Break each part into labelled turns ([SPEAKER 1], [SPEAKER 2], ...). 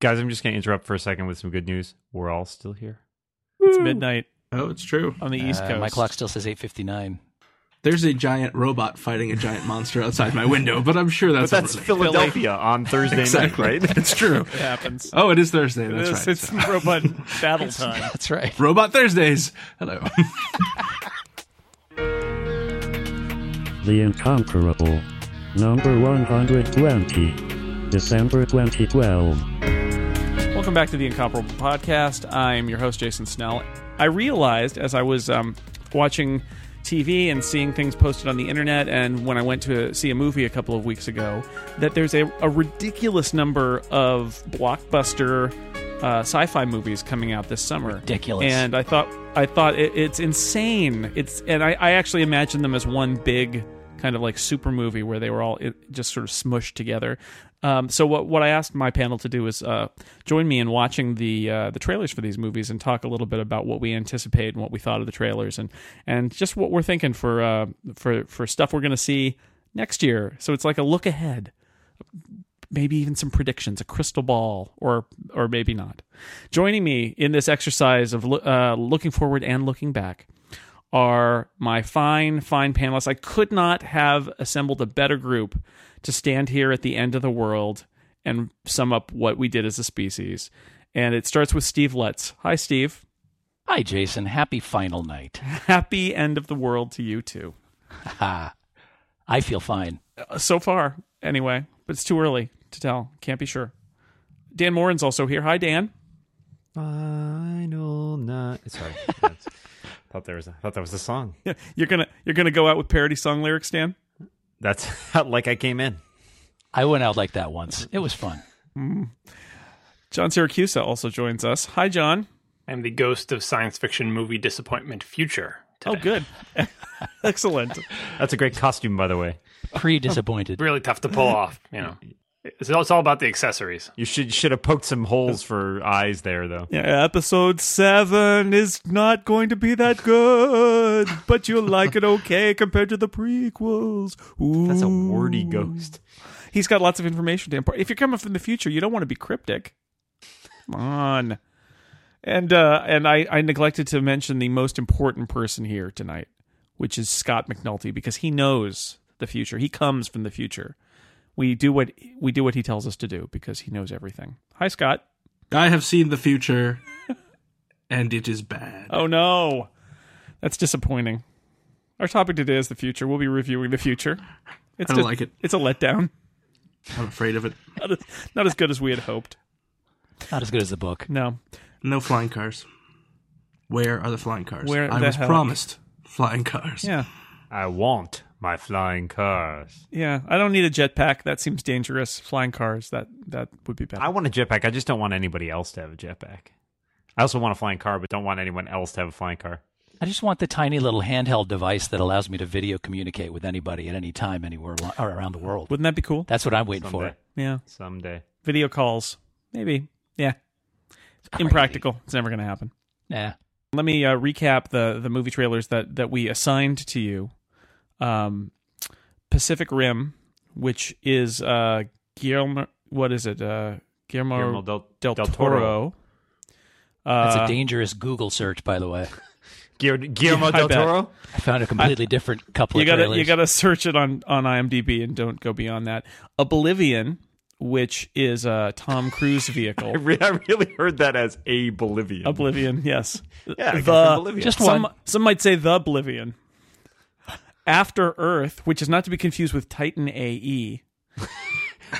[SPEAKER 1] Guys, I'm just going to interrupt for a second with some good news. We're all still here.
[SPEAKER 2] It's midnight
[SPEAKER 3] Oh, it's true.
[SPEAKER 2] on the East
[SPEAKER 4] Uh,
[SPEAKER 2] Coast.
[SPEAKER 4] My clock still says 8:59.
[SPEAKER 3] There's a giant robot fighting a giant monster outside my window, but I'm sure that's
[SPEAKER 1] But that's
[SPEAKER 3] unrelated.
[SPEAKER 1] Philadelphia on Thursday
[SPEAKER 3] exactly.
[SPEAKER 1] night, right?
[SPEAKER 3] it's true.
[SPEAKER 2] It happens.
[SPEAKER 3] Oh, it is Thursday. That's
[SPEAKER 2] It's-
[SPEAKER 3] right.
[SPEAKER 2] it's
[SPEAKER 3] So-
[SPEAKER 2] robot battle time.
[SPEAKER 4] That's right.
[SPEAKER 3] Robot Thursdays. Hello.
[SPEAKER 5] The Incomparable. Number 120. December 2012.
[SPEAKER 2] Welcome back to the Incomparable Podcast. I'm your host, Jason Snell. I realized as I was um, watching TV and seeing things posted on the internet, and when I went to see a movie a couple of weeks ago, that there's a, a ridiculous number of blockbuster uh, sci-fi movies coming out this summer.
[SPEAKER 4] Ridiculous.
[SPEAKER 2] And I thought, I thought it, it's insane. It's and I, I actually imagine them as one big kind of like super movie where they were all it, just sort of smushed together. Um, so what what I asked my panel to do is uh, join me in watching the uh, the trailers for these movies and talk a little bit about what we anticipate and what we thought of the trailers and and just what we're thinking for uh, for for stuff we're going to see next year. So it's like a look ahead maybe even some predictions, a crystal ball, or or maybe not. Joining me in this exercise of loo- uh, looking forward and looking back are my fine, fine panelists. I could not have assembled a better group to stand here at the end of the world and sum up what we did as a species. And it starts with Steve Letts. Hi, Steve.
[SPEAKER 4] Hi, Jason. Happy final night.
[SPEAKER 2] Happy end of the world to you too.
[SPEAKER 4] Ha. I feel fine.
[SPEAKER 2] Uh, So far, anyway, but it's too early to tell. Can't be sure. Dan Morin's also here. Hi, Dan.
[SPEAKER 1] Final night. Sorry. That's- thought, there was a, thought that was a song.
[SPEAKER 2] You're gonna you're gonna go out with parody song lyrics, Dan.
[SPEAKER 1] That's how, like I came in.
[SPEAKER 4] I went out like that once. It was fun.
[SPEAKER 2] John Syracuse also joins us. Hi, John.
[SPEAKER 6] I'm the ghost of science fiction movie disappointment future.
[SPEAKER 2] Oh,
[SPEAKER 6] Today.
[SPEAKER 2] good, excellent.
[SPEAKER 1] That's a great costume, by the way.
[SPEAKER 4] Pre-disappointed.
[SPEAKER 6] Really tough to pull off, you know. It's all, it's all about the accessories.
[SPEAKER 1] You should should have poked some holes for eyes there, though.
[SPEAKER 2] Yeah, episode seven is not going to be that good, but you'll like it okay compared to the prequels. Ooh.
[SPEAKER 1] That's a wordy ghost.
[SPEAKER 2] He's got lots of information to impart. If you're coming from the future, you don't want to be cryptic. Come on. And uh, and I, I neglected to mention the most important person here tonight, which is Scott McNulty, because he knows the future. He comes from the future. We do what we do what he tells us to do because he knows everything. Hi, Scott.
[SPEAKER 3] I have seen the future, and it is bad.
[SPEAKER 2] Oh no, that's disappointing. Our topic today is the future. We'll be reviewing the future. It's
[SPEAKER 3] I don't like it.
[SPEAKER 2] It's a letdown.
[SPEAKER 3] I'm afraid of it.
[SPEAKER 2] Not as, not as good as we had hoped.
[SPEAKER 4] Not as good as the book.
[SPEAKER 2] No,
[SPEAKER 3] No flying cars. Where are the flying cars?
[SPEAKER 2] Where
[SPEAKER 3] I
[SPEAKER 2] the
[SPEAKER 3] was
[SPEAKER 2] hell-
[SPEAKER 3] promised flying cars.
[SPEAKER 2] yeah.
[SPEAKER 1] I want my flying cars.
[SPEAKER 2] Yeah, I don't need a jetpack. That seems dangerous. Flying cars, that that would be better.
[SPEAKER 1] I want a jetpack. I just don't want anybody else to have a jetpack. I also want a flying car, but don't want anyone else to have a flying car.
[SPEAKER 4] I just want the tiny little handheld device that allows me to video communicate with anybody at any time, anywhere lo- or around the world.
[SPEAKER 2] Wouldn't that be cool?
[SPEAKER 4] That's what I'm waiting
[SPEAKER 1] Someday.
[SPEAKER 4] for.
[SPEAKER 2] Yeah,
[SPEAKER 1] Someday.
[SPEAKER 2] video calls, maybe. Yeah,
[SPEAKER 4] Crazy.
[SPEAKER 2] impractical. It's never going to happen.
[SPEAKER 4] Nah.
[SPEAKER 2] Let me uh, recap the the movie trailers that that we assigned to you. Um, Pacific Rim, which is uh, Guillermo. What is it? Uh, Guillermo,
[SPEAKER 1] Guillermo del,
[SPEAKER 2] del,
[SPEAKER 1] del
[SPEAKER 2] Toro. Uh,
[SPEAKER 4] That's a dangerous Google search, by the way.
[SPEAKER 1] Guillermo, Guillermo
[SPEAKER 2] I
[SPEAKER 1] del
[SPEAKER 2] bet.
[SPEAKER 1] Toro?
[SPEAKER 4] I found a completely different couple
[SPEAKER 2] you
[SPEAKER 4] of
[SPEAKER 2] gotta
[SPEAKER 4] trailers.
[SPEAKER 2] you gotta search it on on IMDb and don't go beyond that. Oblivion, which is a Tom Cruise
[SPEAKER 1] I,
[SPEAKER 2] vehicle.
[SPEAKER 1] re- I really heard that as a Bolivian.
[SPEAKER 2] Oblivion, yes.
[SPEAKER 1] yeah, I guess
[SPEAKER 2] The-
[SPEAKER 1] a Bolivian.
[SPEAKER 4] Just
[SPEAKER 2] Some
[SPEAKER 4] one.
[SPEAKER 2] some might say the Oblivion. After Earth, which is not to be confused with Titan E. AE.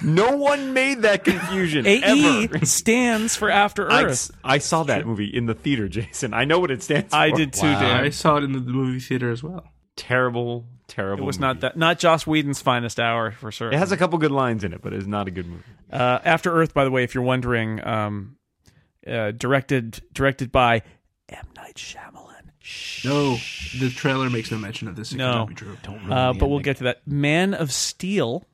[SPEAKER 1] no one made that confusion
[SPEAKER 2] AE
[SPEAKER 1] ever.
[SPEAKER 2] E stands for After
[SPEAKER 1] I,
[SPEAKER 2] Earth.
[SPEAKER 1] I saw that movie in the theater, Jason. I know what it stands for.
[SPEAKER 2] I, did too,
[SPEAKER 4] Wow.
[SPEAKER 2] Dan.
[SPEAKER 3] I saw it in the the movie theater as well.
[SPEAKER 1] Terrible,
[SPEAKER 2] It
[SPEAKER 1] terrible.
[SPEAKER 2] was
[SPEAKER 1] movie.
[SPEAKER 2] not that not Joss Whedon's finest hour for sure.
[SPEAKER 1] It has a couple good lines in it, but it's not a good movie.
[SPEAKER 2] Uh, After Earth, by the way, if you're wondering, um, uh, directed directed by M. Night Shyamalan.
[SPEAKER 3] No, the trailer makes no mention of this. It
[SPEAKER 2] No.
[SPEAKER 3] cannot be true.
[SPEAKER 4] Don't ruin
[SPEAKER 2] Uh,
[SPEAKER 4] the
[SPEAKER 2] but we'll
[SPEAKER 4] ending.
[SPEAKER 2] get to that. Man of Steel.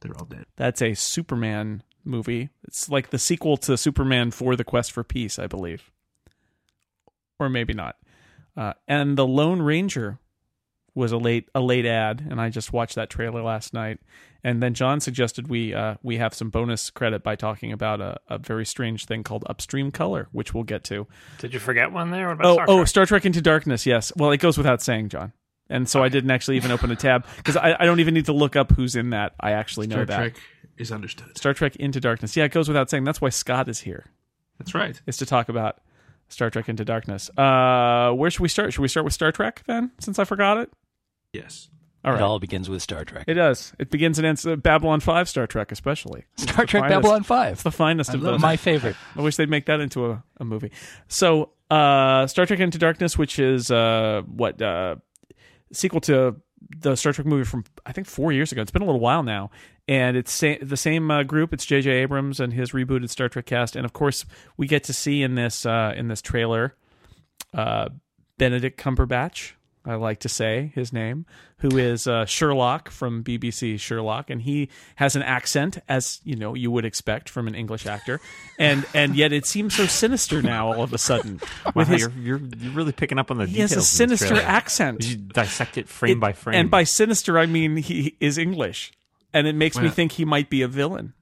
[SPEAKER 3] They're all dead.
[SPEAKER 2] That's a Superman movie. It's like the sequel to Superman for the Quest for Peace, I believe, or maybe not. Uh, and the Lone Ranger, was a late a late ad, and I just watched that trailer last night. And then John suggested we uh, we have some bonus credit by talking about a, a very strange thing called upstream color, which we'll get to.
[SPEAKER 6] Did you forget one there? What about
[SPEAKER 2] Oh,
[SPEAKER 6] Star
[SPEAKER 2] oh,
[SPEAKER 6] Trek?
[SPEAKER 2] Star Trek Into Darkness. Yes. Well, it goes without saying, John. And so I didn't actually even open a tab because I, I don't even need to look up who's in that. I actually know
[SPEAKER 3] Star
[SPEAKER 2] that.
[SPEAKER 3] Trek is understood.
[SPEAKER 2] Star Trek Into Darkness. Yeah, it goes without saying. That's why Scott is here
[SPEAKER 3] That's right.
[SPEAKER 2] is to talk about Star Trek Into Darkness. Uh, where should we start? Should we start with Star Trek then? Since I forgot it.
[SPEAKER 3] Yes.
[SPEAKER 2] All right.
[SPEAKER 4] It all begins with Star Trek.
[SPEAKER 2] It does. It begins and ends uh, Babylon Five Star Trek, especially.
[SPEAKER 4] Star Trek
[SPEAKER 2] finest-
[SPEAKER 4] Babylon 5.
[SPEAKER 2] It's the finest of those.
[SPEAKER 4] My favorite.
[SPEAKER 2] I wish they'd make that into a, a movie. So, uh, Star Trek Into Darkness, which is uh, what uh, sequel to the Star Trek movie from I think four years ago. It's been a little while now, and it's sa- the same uh, group. It's J.J. Abrams and his rebooted Star Trek cast, and of course, we get to see in this uh, in this trailer uh, Benedict Cumberbatch. I like to say his name, who is uh, Sherlock from BBC Sherlock, and he has an accent, as you know you would expect from an English actor, and and yet it seems so sinister now all of a sudden.
[SPEAKER 1] Wow,
[SPEAKER 2] With his,
[SPEAKER 1] you're, you're you're really picking up on the
[SPEAKER 2] he
[SPEAKER 1] details.
[SPEAKER 2] has a
[SPEAKER 1] in this
[SPEAKER 2] sinister
[SPEAKER 1] trailer.
[SPEAKER 2] accent.
[SPEAKER 1] Did you dissect it frame
[SPEAKER 2] It-
[SPEAKER 1] by frame?
[SPEAKER 2] And by sinister, I mean he, he is English, and it makes me
[SPEAKER 3] Well-
[SPEAKER 2] think he might be a villain.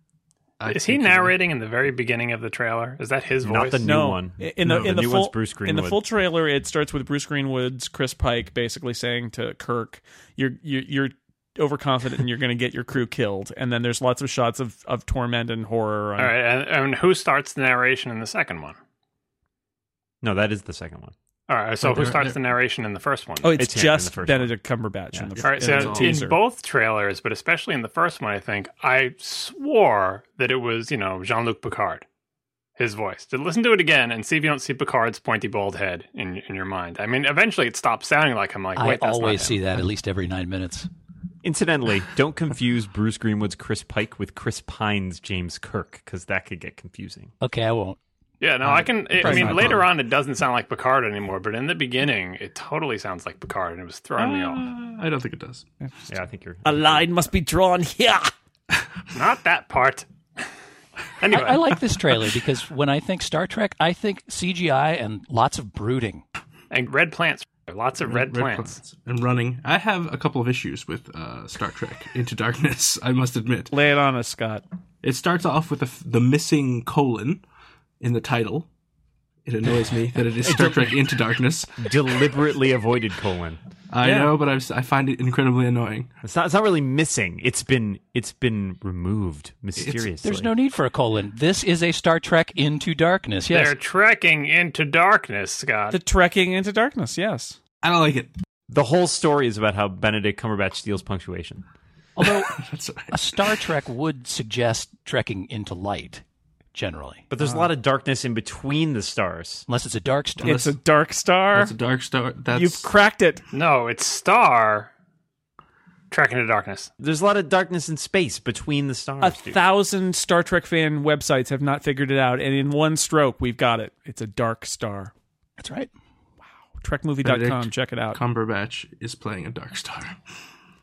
[SPEAKER 3] I
[SPEAKER 6] Is he
[SPEAKER 3] think he's-
[SPEAKER 6] narrating in the very beginning of the trailer? Is that his voice?
[SPEAKER 1] Not the new
[SPEAKER 2] no,
[SPEAKER 1] one.
[SPEAKER 2] in the
[SPEAKER 1] No,
[SPEAKER 2] in the,
[SPEAKER 1] new
[SPEAKER 2] full
[SPEAKER 1] one's Bruce
[SPEAKER 2] in
[SPEAKER 1] Greenwood.
[SPEAKER 2] the full trailer, it starts with Bruce Greenwood's Chris Pike basically saying to Kirk, "You're you're, you're overconfident, and you're going to get your crew killed." And then there's lots of shots of of torment and horror. On,
[SPEAKER 6] All right, and, and who starts the narration in the second one?
[SPEAKER 1] no, that is the second one.
[SPEAKER 6] All right, so
[SPEAKER 3] But
[SPEAKER 6] who
[SPEAKER 3] they're-
[SPEAKER 6] starts
[SPEAKER 3] they're-
[SPEAKER 6] the narration in the first one?
[SPEAKER 2] Oh, it's,
[SPEAKER 1] It's him in the
[SPEAKER 2] just
[SPEAKER 1] first one.
[SPEAKER 2] Benedict Cumberbatch in the
[SPEAKER 6] All right,
[SPEAKER 3] And
[SPEAKER 6] so
[SPEAKER 3] it's all-
[SPEAKER 6] in both trailers, but especially in the first one, I think I swore that it was you know Jean Luc Picard, his voice. To listen to it again and see if you don't see Picard's pointy bald head in in your mind. I mean, eventually it stops sounding like him. Like
[SPEAKER 4] I
[SPEAKER 6] wait, that's not
[SPEAKER 4] always
[SPEAKER 6] him.
[SPEAKER 4] see that at least every nine minutes.
[SPEAKER 1] Incidentally, don't confuse Bruce Greenwood's Chris Pike with Chris Pine's James Kirk, because that could get confusing.
[SPEAKER 4] Okay, I won't.
[SPEAKER 6] Yeah, no, I can. I
[SPEAKER 3] probably
[SPEAKER 6] mean,
[SPEAKER 3] not
[SPEAKER 6] later
[SPEAKER 3] wrong.
[SPEAKER 6] on, it doesn't sound like Picard anymore, but in the beginning, it totally sounds like Picard, and it was throwing me off.
[SPEAKER 3] Uh, I don't think it does.
[SPEAKER 1] Yeah, I think you're.
[SPEAKER 2] A line must be drawn here.
[SPEAKER 6] Not that part. anyway,
[SPEAKER 4] I like this trailer because when I think Star Trek, I think CGI and lots of brooding.
[SPEAKER 6] and red plants. Lots of red, plants.
[SPEAKER 3] and running. I have a couple of issues with uh, Star Trek Into Darkness. I must admit,
[SPEAKER 2] Lay it on us, Scott.
[SPEAKER 3] it starts off with the, f- the missing colon in the title. It annoys me that it is Star Trek Into Darkness.
[SPEAKER 1] Deliberately avoided colon.
[SPEAKER 3] I know, but I, s- I find it incredibly annoying.
[SPEAKER 1] It's not. It's not really missing. It's been. It's been removed mysteriously.
[SPEAKER 4] There's no need for a colon. This is a Star Trek into darkness. Yes.
[SPEAKER 6] They're trekking into darkness, Scott.
[SPEAKER 2] The trekking into darkness. Yes.
[SPEAKER 3] I don't like it.
[SPEAKER 1] The whole story is about how Benedict Cumberbatch steals punctuation.
[SPEAKER 4] Although
[SPEAKER 3] That's all right.
[SPEAKER 4] a Star Trek would suggest trekking into light generally,
[SPEAKER 1] But there's a lot of darkness in between the stars.
[SPEAKER 4] unless it's a dark star.
[SPEAKER 2] It's a dark star.
[SPEAKER 3] That's a dark star. That's
[SPEAKER 2] You've cracked it.
[SPEAKER 6] no, it's Star trekking into darkness.
[SPEAKER 1] There's a lot of darkness in space between the stars.
[SPEAKER 2] a
[SPEAKER 1] dude.
[SPEAKER 2] thousand Star Trek fan websites have not figured it out, and in one stroke, we've got it. It's a dark star.
[SPEAKER 4] That's right.
[SPEAKER 2] TrekMovie.com.
[SPEAKER 3] Benedict
[SPEAKER 2] Check it out.
[SPEAKER 3] Cumberbatch is playing a dark star.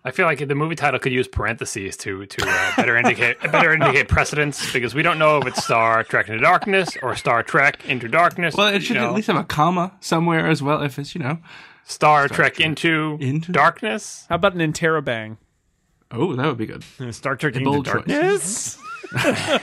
[SPEAKER 6] I feel like the movie title could use parentheses to to uh, better indicate better indicate precedence because we don't know if it's Star Trek into Darkness or Star Trek into Darkness.
[SPEAKER 3] Well, it
[SPEAKER 6] you
[SPEAKER 3] should
[SPEAKER 6] know,
[SPEAKER 3] at least have a comma somewhere as well. If it's you know,
[SPEAKER 6] Star, Trek, into,
[SPEAKER 3] Into-
[SPEAKER 6] Darkness.
[SPEAKER 2] How about an interrobang?
[SPEAKER 3] oh, that would be good.
[SPEAKER 1] Star Trek into
[SPEAKER 3] Bold
[SPEAKER 1] darkness.
[SPEAKER 3] choice.
[SPEAKER 2] Yes.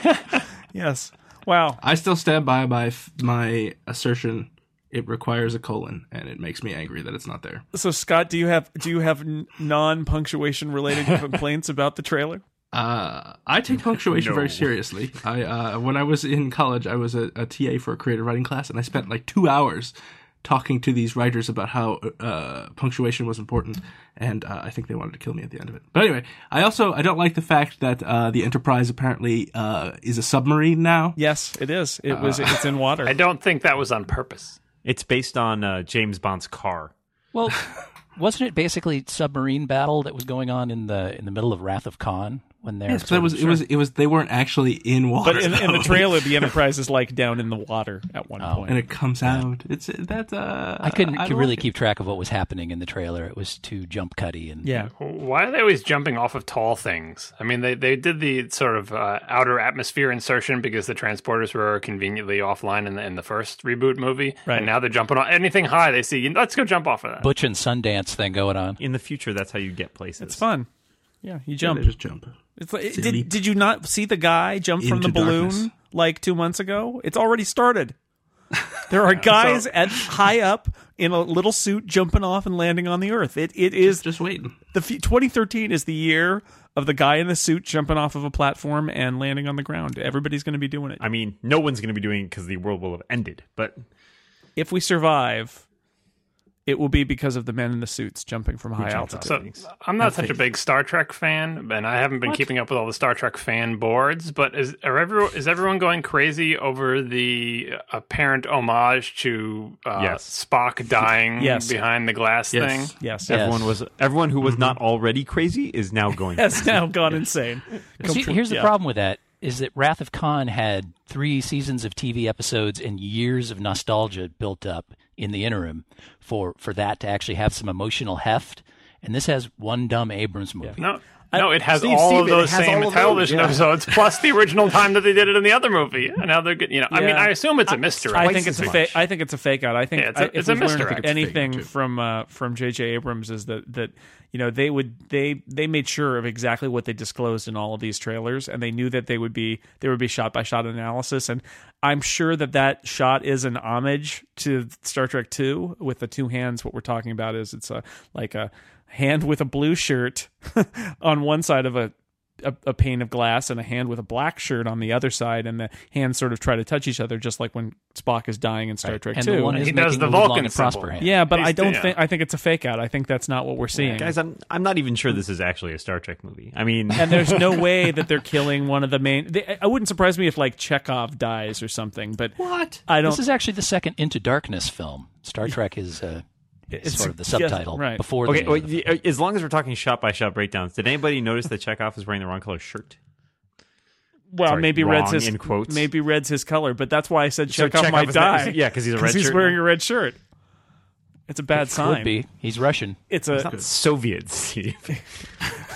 [SPEAKER 2] yes. Wow.
[SPEAKER 3] I still stand by my f- my assertion. It requires a colon, and it makes me angry that it's not there.
[SPEAKER 2] So Scott, do you have do you have non punctuation related complaints about the trailer?
[SPEAKER 3] Uh, I take punctuation very seriously. I uh, when I was in college, I was a, a TA for a creative writing class, and I spent like two hours talking to these writers about how uh, punctuation was important. And uh, I think they wanted to kill me at the end of it. But anyway, I also I don't like the fact that uh, the Enterprise apparently uh, is a submarine now.
[SPEAKER 2] Yes, it is. It was. It's in water.
[SPEAKER 6] I don't think that was on purpose.
[SPEAKER 1] It's based on uh, James Bond's car.
[SPEAKER 4] Well, wasn't it basically submarine battle that was going on in the in the middle of Wrath of Khan? when they're
[SPEAKER 3] Yes, but it was it was it was they weren't actually in water.
[SPEAKER 2] But in, in the
[SPEAKER 3] though.
[SPEAKER 2] trailer, the Enterprise is like down in the water at one
[SPEAKER 4] Oh.
[SPEAKER 2] point.
[SPEAKER 3] and it comes out. It's that's uh
[SPEAKER 4] I couldn't
[SPEAKER 3] don't
[SPEAKER 4] really
[SPEAKER 3] like it.
[SPEAKER 4] keep track of what was happening in the trailer. It was too jump cutty and
[SPEAKER 2] yeah,
[SPEAKER 6] Why are they always jumping off of tall things? I mean, they, they did the sort of uh, outer atmosphere insertion because the transporters were conveniently offline in the, in the first reboot movie.
[SPEAKER 2] Right.
[SPEAKER 6] And now they're jumping on anything high they see. Let's go jump off of that.
[SPEAKER 4] Butch and Sundance thing going on.
[SPEAKER 1] In the future, that's how you get places.
[SPEAKER 2] it's fun. Yeah, you
[SPEAKER 3] Yeah,
[SPEAKER 2] jump.
[SPEAKER 3] they just jump.
[SPEAKER 2] It's like,
[SPEAKER 3] a leap
[SPEAKER 2] did did you not see the guy jump from the
[SPEAKER 3] into
[SPEAKER 2] balloon
[SPEAKER 3] darkness.
[SPEAKER 2] like two months ago? It's already started. There are guys at high up in a little suit jumping off and landing on the earth. It it is
[SPEAKER 3] Just waiting.
[SPEAKER 2] the f- 2013 is the year of the guy in the suit jumping off of a platform and landing on the ground. Everybody's going to be doing it.
[SPEAKER 1] I mean, no one's going to be doing it because the world will have ended. But
[SPEAKER 2] If we survive, it will be because of the men in the suits jumping from high
[SPEAKER 1] jumped
[SPEAKER 2] altitude.
[SPEAKER 6] So I'm not such a big Star Trek fan, and I haven't been keeping up with all the Star Trek fan boards. But is are everyone is everyone going crazy over the uh, apparent homage to uh,
[SPEAKER 1] Yes.
[SPEAKER 6] Spock dying
[SPEAKER 2] Yes.
[SPEAKER 6] behind the glass
[SPEAKER 3] Yes.
[SPEAKER 6] thing?
[SPEAKER 2] Yes.
[SPEAKER 4] Yeah.
[SPEAKER 1] everyone was everyone who
[SPEAKER 2] Mm-hmm.
[SPEAKER 1] was not already crazy is now going.
[SPEAKER 2] Has now gone insane.
[SPEAKER 4] See,
[SPEAKER 2] Complete-
[SPEAKER 4] here's the
[SPEAKER 2] yeah.
[SPEAKER 4] problem with that is that Wrath of Khan had three seasons of TV episodes and years of nostalgia built up in the interim for for that to actually have some emotional heft. And this has one dumb Abrams movie.
[SPEAKER 6] No. No, it has
[SPEAKER 1] Steve,
[SPEAKER 6] all
[SPEAKER 1] Steve,
[SPEAKER 6] of
[SPEAKER 1] it
[SPEAKER 6] those
[SPEAKER 1] has
[SPEAKER 6] same
[SPEAKER 1] all of those,
[SPEAKER 6] television
[SPEAKER 1] yeah.
[SPEAKER 6] episodes, plus the original time that they did it in the other movie. And now they're getting, you know, I mean,
[SPEAKER 2] Yeah.
[SPEAKER 6] I assume it's a mystery.
[SPEAKER 2] I
[SPEAKER 1] as
[SPEAKER 2] think it's a
[SPEAKER 1] much.
[SPEAKER 2] fake. I think it's a fake out. I think
[SPEAKER 6] Yeah, it's
[SPEAKER 2] I-
[SPEAKER 6] a-
[SPEAKER 2] if
[SPEAKER 6] it's a
[SPEAKER 2] we've learned
[SPEAKER 6] misdirect.
[SPEAKER 2] anything
[SPEAKER 3] too.
[SPEAKER 2] from uh, from J.J. Abrams is that that you know they would they they made sure of exactly what they disclosed in all of these trailers, and they knew that they would be there would be shot by shot analysis, and I'm sure that that shot is an homage to Star Trek Two with the two hands. What we're talking about is it's a like a hand with a blue shirt on one side of a a, a pane of glass and a hand with a black shirt on the other side, and the hands sort of try to touch each other, just like when Spock is dying in Star Trek
[SPEAKER 4] And
[SPEAKER 2] Two.
[SPEAKER 4] the one is
[SPEAKER 6] He
[SPEAKER 4] making
[SPEAKER 6] does the
[SPEAKER 4] live long
[SPEAKER 6] Vulcan
[SPEAKER 4] and prosper
[SPEAKER 6] symbol.
[SPEAKER 4] hand.
[SPEAKER 2] yeah, but
[SPEAKER 6] He's
[SPEAKER 2] I don't
[SPEAKER 6] the-
[SPEAKER 2] think I think it's a fake out. I think that's not what we're seeing.
[SPEAKER 1] Guys, I'm I'm not even sure this is actually a Star Trek movie. I mean,
[SPEAKER 2] and there's no way that they're killing one of the main. They, I wouldn't surprise me if like Chekhov dies or something, but
[SPEAKER 3] What?
[SPEAKER 2] I don't.
[SPEAKER 4] This is actually the second Into Darkness film. Star Trek is uh,
[SPEAKER 2] It's-
[SPEAKER 4] sort of the
[SPEAKER 2] yeah,
[SPEAKER 4] subtitle
[SPEAKER 2] right.
[SPEAKER 4] before the
[SPEAKER 1] okay.
[SPEAKER 4] name
[SPEAKER 1] Wait,
[SPEAKER 4] of the
[SPEAKER 1] the- uh, as long as we're talking shot by shot breakdowns, did anybody notice that Chekhov is wearing the wrong color shirt?
[SPEAKER 2] well,
[SPEAKER 1] sorry,
[SPEAKER 2] maybe red's
[SPEAKER 1] wrong
[SPEAKER 2] his
[SPEAKER 1] in quotes.
[SPEAKER 2] maybe red's his color, but that's why I said
[SPEAKER 1] So
[SPEAKER 2] Chekhov, might
[SPEAKER 1] is
[SPEAKER 2] die.
[SPEAKER 1] not- yeah, because he's a red
[SPEAKER 2] because he's
[SPEAKER 1] shirt.
[SPEAKER 2] wearing a red shirt. It's a bad
[SPEAKER 4] film.
[SPEAKER 2] sign.
[SPEAKER 4] Would be. He's Russian.
[SPEAKER 2] It's a
[SPEAKER 1] Not Soviet, Steve.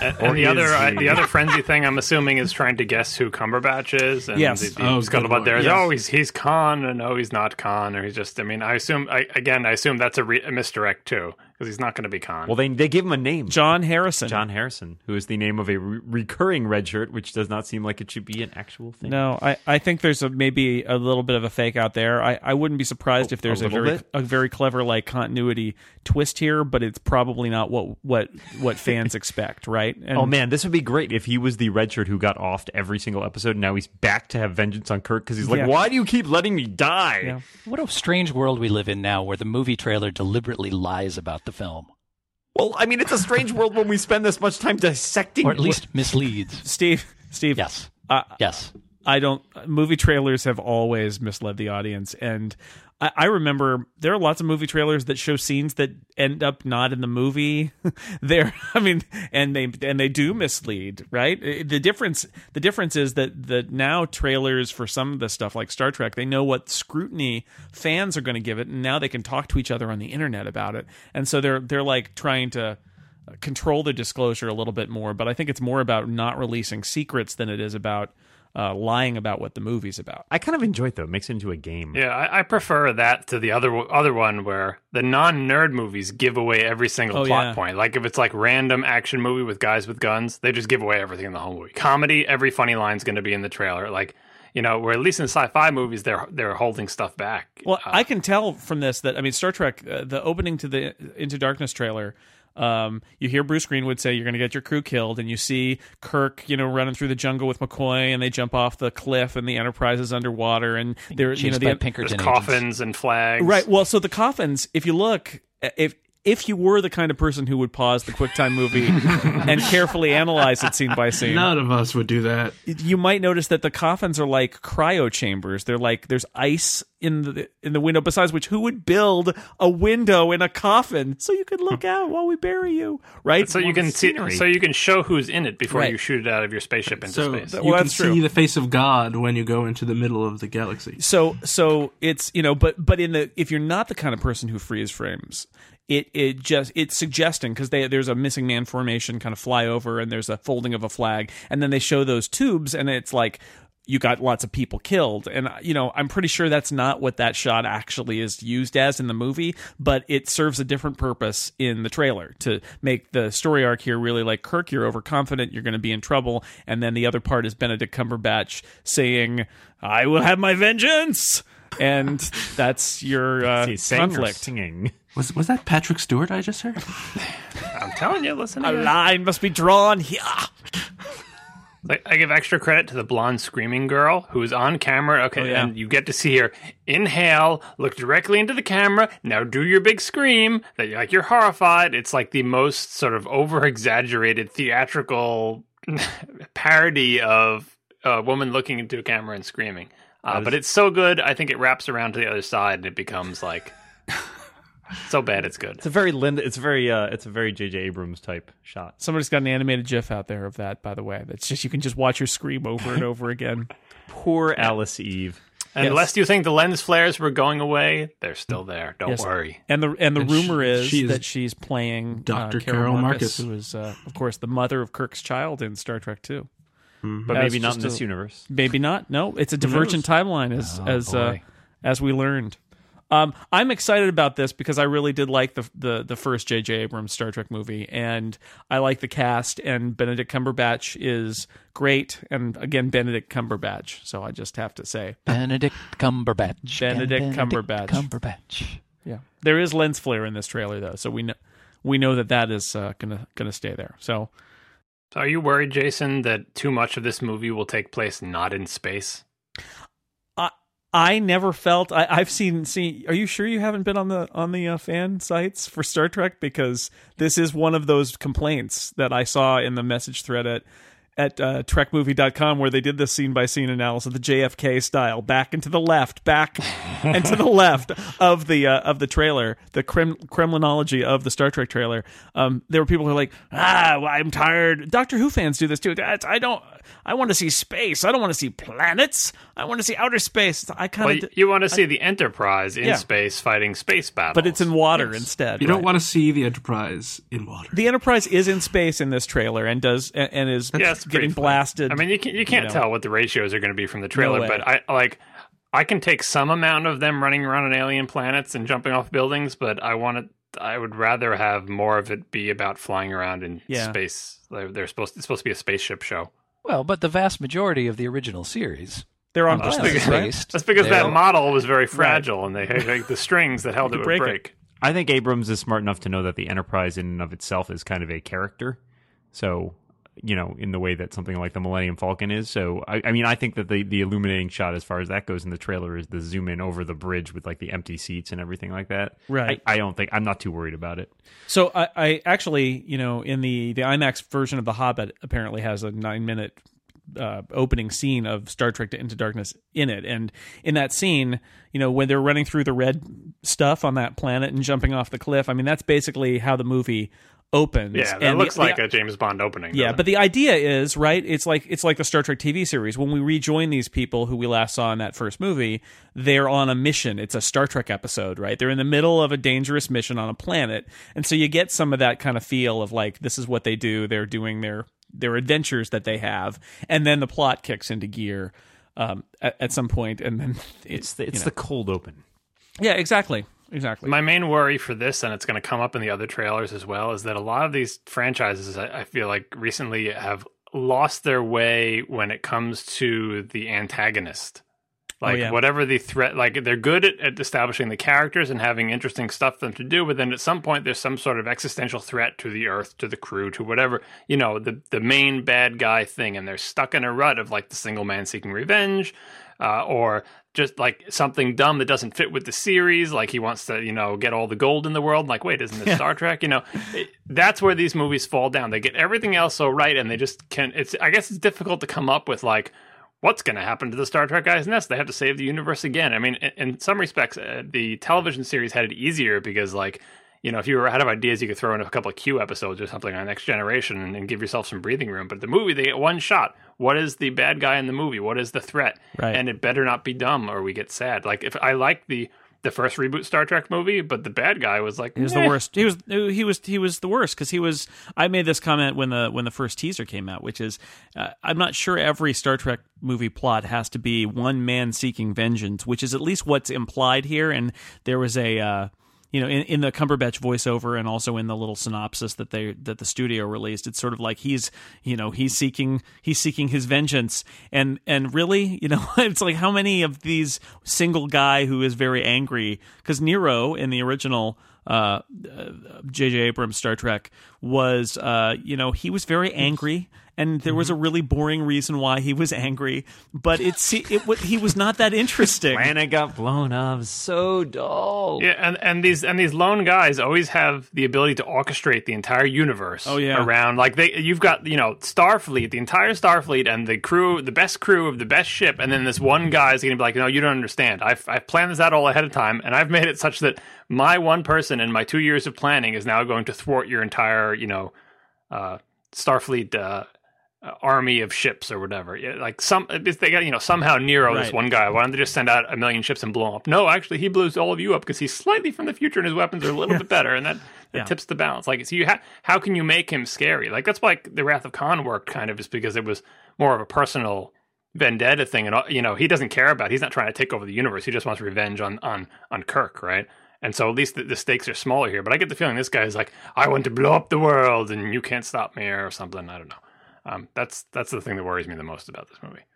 [SPEAKER 6] And, and the
[SPEAKER 1] is
[SPEAKER 6] other uh,
[SPEAKER 1] he?
[SPEAKER 6] the other frenzy thing, I'm assuming, is trying to guess who Cumberbatch is. And
[SPEAKER 2] Yes.
[SPEAKER 6] the, the
[SPEAKER 3] Oh, good
[SPEAKER 6] scuttlebutt there
[SPEAKER 3] lord.
[SPEAKER 6] is,
[SPEAKER 3] Yes.
[SPEAKER 6] oh, he's he's Khan, and no, he's not Khan, or he's just. I mean, I assume I, again, I assume that's a, re- a misdirect too, because he's not going to be Khan.
[SPEAKER 1] well, they they give him a name,
[SPEAKER 2] John Harrison.
[SPEAKER 1] John Harrison, who is the name of a re- recurring red shirt, which does not seem like it should be an actual thing.
[SPEAKER 2] No, I, I think there's a, maybe a little bit of a fake out there. I, I wouldn't be surprised if there's a,
[SPEAKER 1] little
[SPEAKER 2] very
[SPEAKER 1] bit?
[SPEAKER 2] a very clever like continuity twist here, but it's probably not what what what fans expect, right? And
[SPEAKER 1] Oh man, this would be great if he was the red shirt who got offed every single episode. And now he's back to have vengeance on Kirk because he's like,
[SPEAKER 2] Yeah.
[SPEAKER 1] "Why do you keep letting me die?"
[SPEAKER 2] Yeah.
[SPEAKER 4] What a strange world we live in now where the movie trailer deliberately lies about the film,
[SPEAKER 1] Well, I mean, it's a strange world when we spend this much time dissecting.
[SPEAKER 4] or at
[SPEAKER 1] what-
[SPEAKER 4] least misleads.
[SPEAKER 2] Steve, Steve,
[SPEAKER 4] Yes.
[SPEAKER 2] I,
[SPEAKER 4] Yes.
[SPEAKER 2] I don't. Movie trailers have always misled the audience, and I, I remember there are lots of movie trailers that show scenes that end up not in the movie. there, I mean, and they and they do mislead, right? I- The difference the difference is that that now trailers for some of the stuff like Star Trek, they know what scrutiny fans are going to give it, and now they can talk to each other on the internet about it, and so they're they're like trying to control the disclosure a little bit more, but I think it's more about not releasing secrets than it is about uh, lying about what the movie's about.
[SPEAKER 1] I kind of enjoy it though. It makes it into a game.
[SPEAKER 6] Yeah, I, I prefer that to the other other one where the non nerd movies give away every single
[SPEAKER 2] Oh,
[SPEAKER 6] plot
[SPEAKER 2] yeah.
[SPEAKER 6] point. Like if it's like random action movie with guys with guns, they just give away everything in the whole movie. Comedy, every funny line's going to be in the trailer. Like you know, where at least in sci fi movies they're they're holding stuff back.
[SPEAKER 2] Well,
[SPEAKER 4] Uh,
[SPEAKER 2] I can tell from this that I mean, Star Trek, uh, the opening to the Into Darkness trailer. Um, you hear Bruce Greenwood say you're going to get your crew killed, and you see Kirk, you know, running through the jungle with McCoy, and they jump off the cliff, and the Enterprise is underwater, and they're you know
[SPEAKER 4] Chased
[SPEAKER 2] the
[SPEAKER 4] by Pinkerton
[SPEAKER 6] there's
[SPEAKER 4] agents.
[SPEAKER 6] coffins and flags.
[SPEAKER 2] Right. Well, so the coffins, if you look, if if you were the kind of person who would pause the QuickTime movie and carefully analyze it scene by scene,
[SPEAKER 3] None of us would do that.
[SPEAKER 2] you might notice that the coffins are like cryo chambers. They're like there's ice in the in the window. Besides which, who would build a window in a coffin so you could look out while we bury you? Right.
[SPEAKER 6] Hmm. so you can see,
[SPEAKER 1] scenery.
[SPEAKER 6] so you can show who's in it before
[SPEAKER 2] Right.
[SPEAKER 6] you shoot it out of your spaceship into
[SPEAKER 3] So
[SPEAKER 6] space.
[SPEAKER 3] you
[SPEAKER 2] Well,
[SPEAKER 3] can
[SPEAKER 2] that's
[SPEAKER 3] see
[SPEAKER 2] true.
[SPEAKER 3] the face of God when you go into the middle of the galaxy.
[SPEAKER 2] so so it's you know but but in the if you're not the kind of person who freeze frames it it just it's suggesting because they there's a missing man formation kind of flyover and there's a folding of a flag and then they show those tubes and it's like you got lots of people killed and uh, you know i'm pretty sure that's not what that shot actually is used as in the movie but it serves a different purpose in the trailer to make the story arc here really like kirk you're overconfident you're going to be in trouble and then the other part is benedict cumberbatch saying i will have my vengeance and that's your uh,
[SPEAKER 1] See, sang or
[SPEAKER 2] conflict
[SPEAKER 1] singing.
[SPEAKER 3] Was was that Patrick Stewart I just heard?
[SPEAKER 6] I'm telling you, listen.
[SPEAKER 2] a
[SPEAKER 6] to that.
[SPEAKER 2] line must be drawn here
[SPEAKER 6] Like, I give extra credit to the blonde screaming girl who is on camera. Okay,
[SPEAKER 2] Oh, yeah.
[SPEAKER 6] and you get to see her inhale, look directly into the camera. Now do your big scream that you're like you're horrified. It's like the most sort of over exaggerated theatrical parody of a woman looking into a camera and screaming. Uh, but it's so good. I think it wraps around to the other side and it becomes like so bad it's good.
[SPEAKER 1] It's a very Linda. It's a very uh, it's a very J.J. Abrams type shot.
[SPEAKER 2] somebody's got an animated gif out there of that by the way that's just you can just watch her scream over and over again
[SPEAKER 1] Poor Alice Eve.
[SPEAKER 6] Unless you think the lens flares were going away, they're still there. Don't
[SPEAKER 2] Yes.
[SPEAKER 6] worry.
[SPEAKER 2] And the and the
[SPEAKER 3] And
[SPEAKER 2] rumor
[SPEAKER 3] she-
[SPEAKER 2] is,
[SPEAKER 3] she is
[SPEAKER 2] that she's playing uh,
[SPEAKER 3] Dr.
[SPEAKER 2] Carol,
[SPEAKER 3] Carol
[SPEAKER 2] Marcus,
[SPEAKER 3] Marcus.
[SPEAKER 2] who is uh, of course the mother of Kirk's child in Star Trek Two.
[SPEAKER 3] Mm-hmm.
[SPEAKER 1] But
[SPEAKER 2] That's
[SPEAKER 1] maybe not in
[SPEAKER 2] just
[SPEAKER 1] this
[SPEAKER 2] a-
[SPEAKER 1] universe.
[SPEAKER 2] Maybe not. No, it's a divergent timeline as
[SPEAKER 3] Oh,
[SPEAKER 2] as uh,
[SPEAKER 4] boy.
[SPEAKER 2] as we learned. Um, I'm excited about this because I really did like the the the first J.J. Abrams Star Trek movie, and I like the cast. And Benedict Cumberbatch is great, and again Benedict Cumberbatch. So I just have to say,
[SPEAKER 4] Benedict Cumberbatch.
[SPEAKER 2] Benedict Cumberbatch.
[SPEAKER 4] Cumberbatch.
[SPEAKER 2] Yeah, there is lens flare in this trailer though, so we know we know that that is uh, gonna gonna stay there. So
[SPEAKER 6] So are you worried, Jason, that too much of this movie will take place not in space?
[SPEAKER 2] I I never felt I, I've seen see. Are you sure you haven't been on the on the uh, fan sites for Star Trek because this is one of those complaints that I saw in the message thread at at uh, trekmovie.com where they did this scene by scene analysis the JFK style back and to the left back and to the left of the uh, of the trailer the Krem- Kremlinology of the Star Trek trailer um, there were people who were like ah well, I'm tired Doctor Who fans do this too That's- I don't I want to see space I don't want to see planets I want to see outer space I kind
[SPEAKER 6] Well,
[SPEAKER 2] of
[SPEAKER 6] you, want to see the Enterprise in
[SPEAKER 2] Yeah.
[SPEAKER 6] space fighting space battles,
[SPEAKER 2] but it's in water instead
[SPEAKER 3] You
[SPEAKER 2] right?
[SPEAKER 3] don't want to see the Enterprise in water.
[SPEAKER 2] the Enterprise is in space in this trailer and does and, and is
[SPEAKER 6] Yeah, it's pretty
[SPEAKER 2] getting
[SPEAKER 6] funny.
[SPEAKER 2] blasted
[SPEAKER 6] I mean, you, can, you can't
[SPEAKER 2] know.
[SPEAKER 6] tell what the ratios are going to be from the trailer,
[SPEAKER 2] way.
[SPEAKER 6] but I like I can take some amount of them running around on alien planets and jumping off buildings, but I want it. I would rather have more of it be about flying around in
[SPEAKER 2] Yeah.
[SPEAKER 6] space. They're, they're supposed it's supposed to be a spaceship show.
[SPEAKER 4] Well, but the vast majority of the original series
[SPEAKER 2] they're on
[SPEAKER 4] was
[SPEAKER 6] that's
[SPEAKER 2] planets,
[SPEAKER 6] because-
[SPEAKER 2] right?
[SPEAKER 4] based.
[SPEAKER 6] That's because
[SPEAKER 4] there-
[SPEAKER 6] that model was very fragile, and they like, the strings that held
[SPEAKER 2] could
[SPEAKER 6] it would
[SPEAKER 2] break
[SPEAKER 6] break.
[SPEAKER 2] it.
[SPEAKER 1] I think Abrams is smart enough to know that the Enterprise, in and of itself, is kind of a character. So, you know, in the way that something like the Millennium Falcon is. So, I, I mean, I think that the the illuminating shot, as far as that goes, in the trailer is the zoom in over the bridge with like the empty seats and everything like that.
[SPEAKER 2] Right.
[SPEAKER 1] I, I don't think I'm not too worried about it.
[SPEAKER 2] So I, I actually, you know, in the the IMAX version of The Hobbit, apparently has a nine minute uh, opening scene of Star Trek to Into Darkness in it, and in that scene, you know, when they're running through the red stuff on that planet and jumping off the cliff, I mean, that's basically how the movie opens.
[SPEAKER 6] Yeah, that
[SPEAKER 2] And the-
[SPEAKER 6] looks
[SPEAKER 2] the-
[SPEAKER 6] like a James Bond opening.
[SPEAKER 2] yeah,
[SPEAKER 6] doesn't
[SPEAKER 2] but the idea is right. It's like it's like the Star Trek TV series. When we rejoin these people who we last saw in that first movie, they're on a mission. It's a Star Trek episode, right? They're in the middle of a dangerous mission on a planet, and so you get some of that kind of feel of like this is what they do. They're doing their their adventures that they have, and then the plot kicks into gear um, at, at some point, and then
[SPEAKER 1] It's
[SPEAKER 2] it's
[SPEAKER 1] the, it's the cold open.
[SPEAKER 2] yeah, exactly, exactly.
[SPEAKER 6] My main worry for this, and it's going to come up in the other trailers as well, is that a lot of these franchises, I I feel like recently have lost their way when it comes to the antagonist. Like
[SPEAKER 2] yeah.
[SPEAKER 6] whatever the threat, like they're good at, at establishing the characters and having interesting stuff for them to do, but then at some point there's some sort of existential threat to the Earth, to the crew, to whatever you know the the main bad guy thing, and they're stuck in a rut of like the single man seeking revenge, uh, or just like something dumb that doesn't fit with the series. Like he wants to, you know, get all the gold in the world. Like, wait, isn't this Star Trek? You know, it- that's where these movies fall down. They get everything else so right, and they just can. It's I guess it's difficult to come up with like what's going to happen to the Star Trek guys next? They have to save the universe again. I mean, in, in some respects, uh, the television series had it easier because, like, you know, if you were out of ideas, you could throw in a couple of Q episodes or something on Next Generation and, and give yourself some breathing room. But the movie, they get one shot. What is the bad guy in the movie? What is the threat?
[SPEAKER 2] Right.
[SPEAKER 6] And it better not be dumb or we get sad. Like, if I like the the first reboot Star Trek movie, but the bad guy was like,
[SPEAKER 2] He was the worst. He was he was he was the worst because he was. I made this comment when the when the first teaser came out, which is, uh, I'm not sure every Star Trek movie plot has to be one man seeking vengeance, which is at least what's implied here. And there was a. Uh, you know, in, in the Cumberbatch voiceover and also in the little synopsis that they that the studio released, it's sort of like he's you know he's seeking he's seeking his vengeance and and really you know it's like how many of these single guy who is very angry because Nero in the original uh, uh, J.J. Abrams Star Trek was, uh, you know, he was very angry, and there was a really boring reason why he was angry, but it's it, it wa- he was not that interesting.
[SPEAKER 1] Atlanta got blown up. So dull.
[SPEAKER 6] Yeah, and, and these and these lone guys always have the ability to orchestrate the entire universe.
[SPEAKER 2] Oh, yeah.
[SPEAKER 6] around like they you've got you know Starfleet, the entire Starfleet, and the crew, the best crew of the best ship, and then this one guy is going to be like, no, you don't understand. I've I've planned this out all ahead of time, and I've made it such that my one person in my two years of planning is now going to thwart your entire you know uh, Starfleet. Uh, army of ships or whatever. Yeah, Like some, it's- they got you know somehow Nero, this
[SPEAKER 2] Right.
[SPEAKER 6] one guy. Why don't they just send out a million ships and blow 'em up? No, actually, he blows all of you up because he's slightly from the future and his weapons are a little bit better, and that, that
[SPEAKER 2] Yeah.
[SPEAKER 6] tips the balance. Like, so you ha- how can you make him scary? Like that's why the Wrath of Khan worked kind of is because it was more of a personal vendetta thing, and all- you know he doesn't care about. He's not trying to take over the universe. He just wants revenge on on on Kirk, right? And so at least the, the stakes are smaller here. But I get the feeling this guy is like, I want to blow up the world, and you can't stop me or something. I don't know. Um, that's that's the thing that worries me the most about this movie.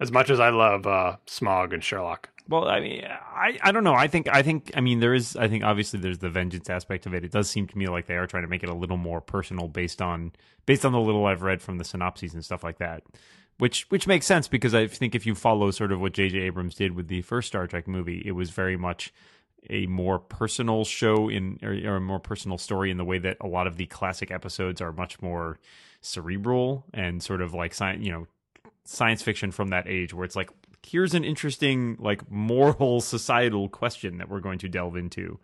[SPEAKER 6] As much as I love uh, Smog and Sherlock,
[SPEAKER 1] Well, I mean, I, I don't know. I think I think I mean there is. I think obviously there's the vengeance aspect of it. It does seem to me like they are trying to make it a little more personal based on based on the little I've read from the synopses and stuff like that. Which which makes sense because I think if you follow sort of what J.J. Abrams did with the first Star Trek movie, it was very much a more personal show in or, or a more personal story in the way that a lot of the classic episodes are much more cerebral and sort of like sci- you know science fiction from that age where it's like here's an interesting like moral societal question that we're going to delve into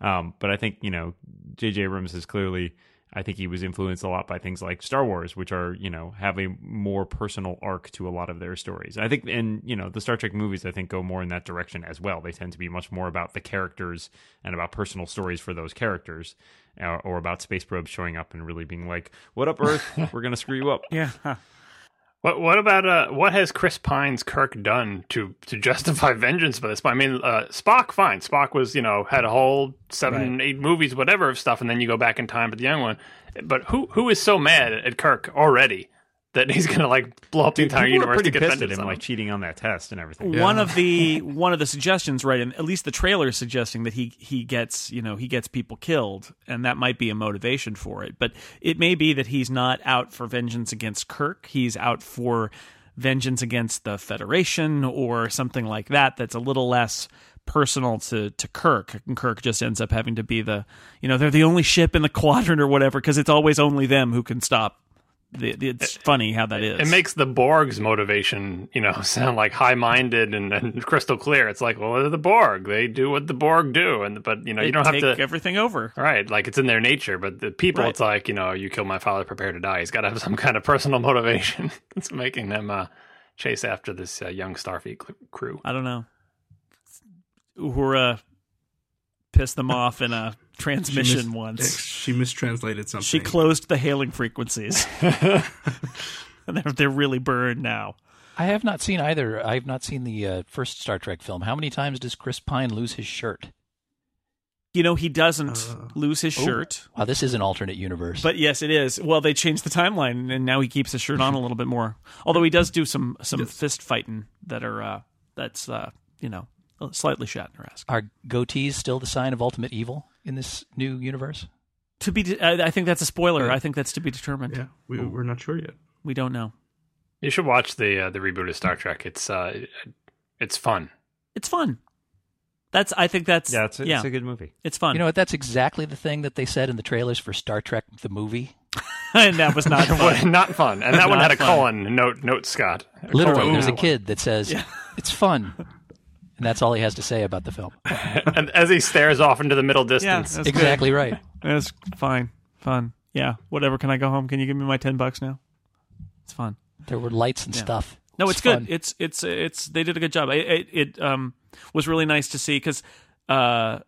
[SPEAKER 1] um, but i think you know jj abrams is clearly i think he was influenced a lot by things like star wars which are you know have a more personal arc to a lot of their stories i think and you know the star trek movies i think go more in that direction as well they tend to be much more about the characters and about personal stories for those characters uh, or about space probes showing up and really being like what up earth we're gonna screw you up
[SPEAKER 2] Yeah,
[SPEAKER 6] what what about uh, what has Chris Pine's Kirk done to to justify vengeance by this? point? I mean, uh, Spock, fine, Spock was you know had a whole seven, eight movies, whatever of stuff, and then you go back in time for the young one. But who who is so mad at Kirk already that he's gonna like blow up the entire
[SPEAKER 1] People were
[SPEAKER 6] universe
[SPEAKER 1] pretty
[SPEAKER 6] to get
[SPEAKER 1] pissed at
[SPEAKER 6] vengeance
[SPEAKER 1] him
[SPEAKER 6] on
[SPEAKER 1] like
[SPEAKER 6] him?
[SPEAKER 1] cheating on that test and everything
[SPEAKER 2] one of the one of the suggestions, right? And at least the trailer is suggesting that he he gets you know he gets people killed, and that might be a motivation for it. But it may be that he's not out for vengeance against Kirk; he's out for vengeance against the Federation or something like that. That's a little less personal to to Kirk, and Kirk just ends up having to be the you know they're the only ship in the quadrant or whatever because it's always only them who can stop. The, the- it's funny how that is.
[SPEAKER 6] It makes the Borg's motivation, you know, sound like high-minded and, and crystal clear. It's like, well, they're the Borg. They do what the Borg do, and but you know,
[SPEAKER 2] They
[SPEAKER 6] you don't have
[SPEAKER 2] take
[SPEAKER 6] to
[SPEAKER 2] everything over.
[SPEAKER 6] All Right, like it's in their nature, but the people,
[SPEAKER 2] Right.
[SPEAKER 6] it's like you know, you kill my father, prepare to die. He's got to have some kind of personal motivation that's making them uh, chase after this uh, young Starfleet cl- crew.
[SPEAKER 2] I don't know. Uhura pissed them off in a transmission
[SPEAKER 3] mis-
[SPEAKER 2] once.
[SPEAKER 3] She mistranslated something.
[SPEAKER 2] She closed the hailing frequencies. and they're, they're really burned now.
[SPEAKER 4] I have not seen either. I have not seen the uh, first Star Trek film. How many times does Chris Pine lose his shirt?
[SPEAKER 2] You know, he doesn't
[SPEAKER 3] Uh,
[SPEAKER 2] lose his shirt.
[SPEAKER 4] Wow, this is an alternate universe.
[SPEAKER 2] But yes, it is. Well, they changed the timeline, and now he keeps his shirt on a little bit more. Although he does do some some fist fighting that are uh, that's uh, you know slightly Shatner-esque.
[SPEAKER 4] are goatees still the sign of ultimate evil in this new universe?
[SPEAKER 2] To be, de- I I think that's a spoiler. I think that's to be determined.
[SPEAKER 3] Yeah, we, we're not sure yet.
[SPEAKER 2] We don't know.
[SPEAKER 6] You should watch the uh, the reboot of Star Trek. It's uh, it's fun.
[SPEAKER 7] It's fun. That's I think that's
[SPEAKER 1] Yeah, it's a,
[SPEAKER 7] yeah,
[SPEAKER 1] it's a good movie.
[SPEAKER 7] it's fun.
[SPEAKER 4] You know what? That's exactly the thing that they said in the trailers for Star Trek the movie.
[SPEAKER 7] and that was not fun.
[SPEAKER 6] Not fun. And that one had
[SPEAKER 7] Not
[SPEAKER 6] a
[SPEAKER 7] fun.
[SPEAKER 6] colon. Note note Scott. A
[SPEAKER 2] Oh,
[SPEAKER 4] Literally,
[SPEAKER 6] colon.
[SPEAKER 4] there's a kid that says, "It's fun," and that's all he has to say about the film.
[SPEAKER 6] And as he stares off into the middle
[SPEAKER 2] Yeah,
[SPEAKER 6] distance.
[SPEAKER 2] that's
[SPEAKER 4] exactly right.
[SPEAKER 2] Good. That's fine. Fun. Yeah. Whatever. Can I go home? Can you give me my ten bucks now? It's fun.
[SPEAKER 4] There were lights and stuff.
[SPEAKER 2] No, it's, good.
[SPEAKER 4] fun.
[SPEAKER 2] It's it's it's they did a good job. It it, it um was really nice to see because uh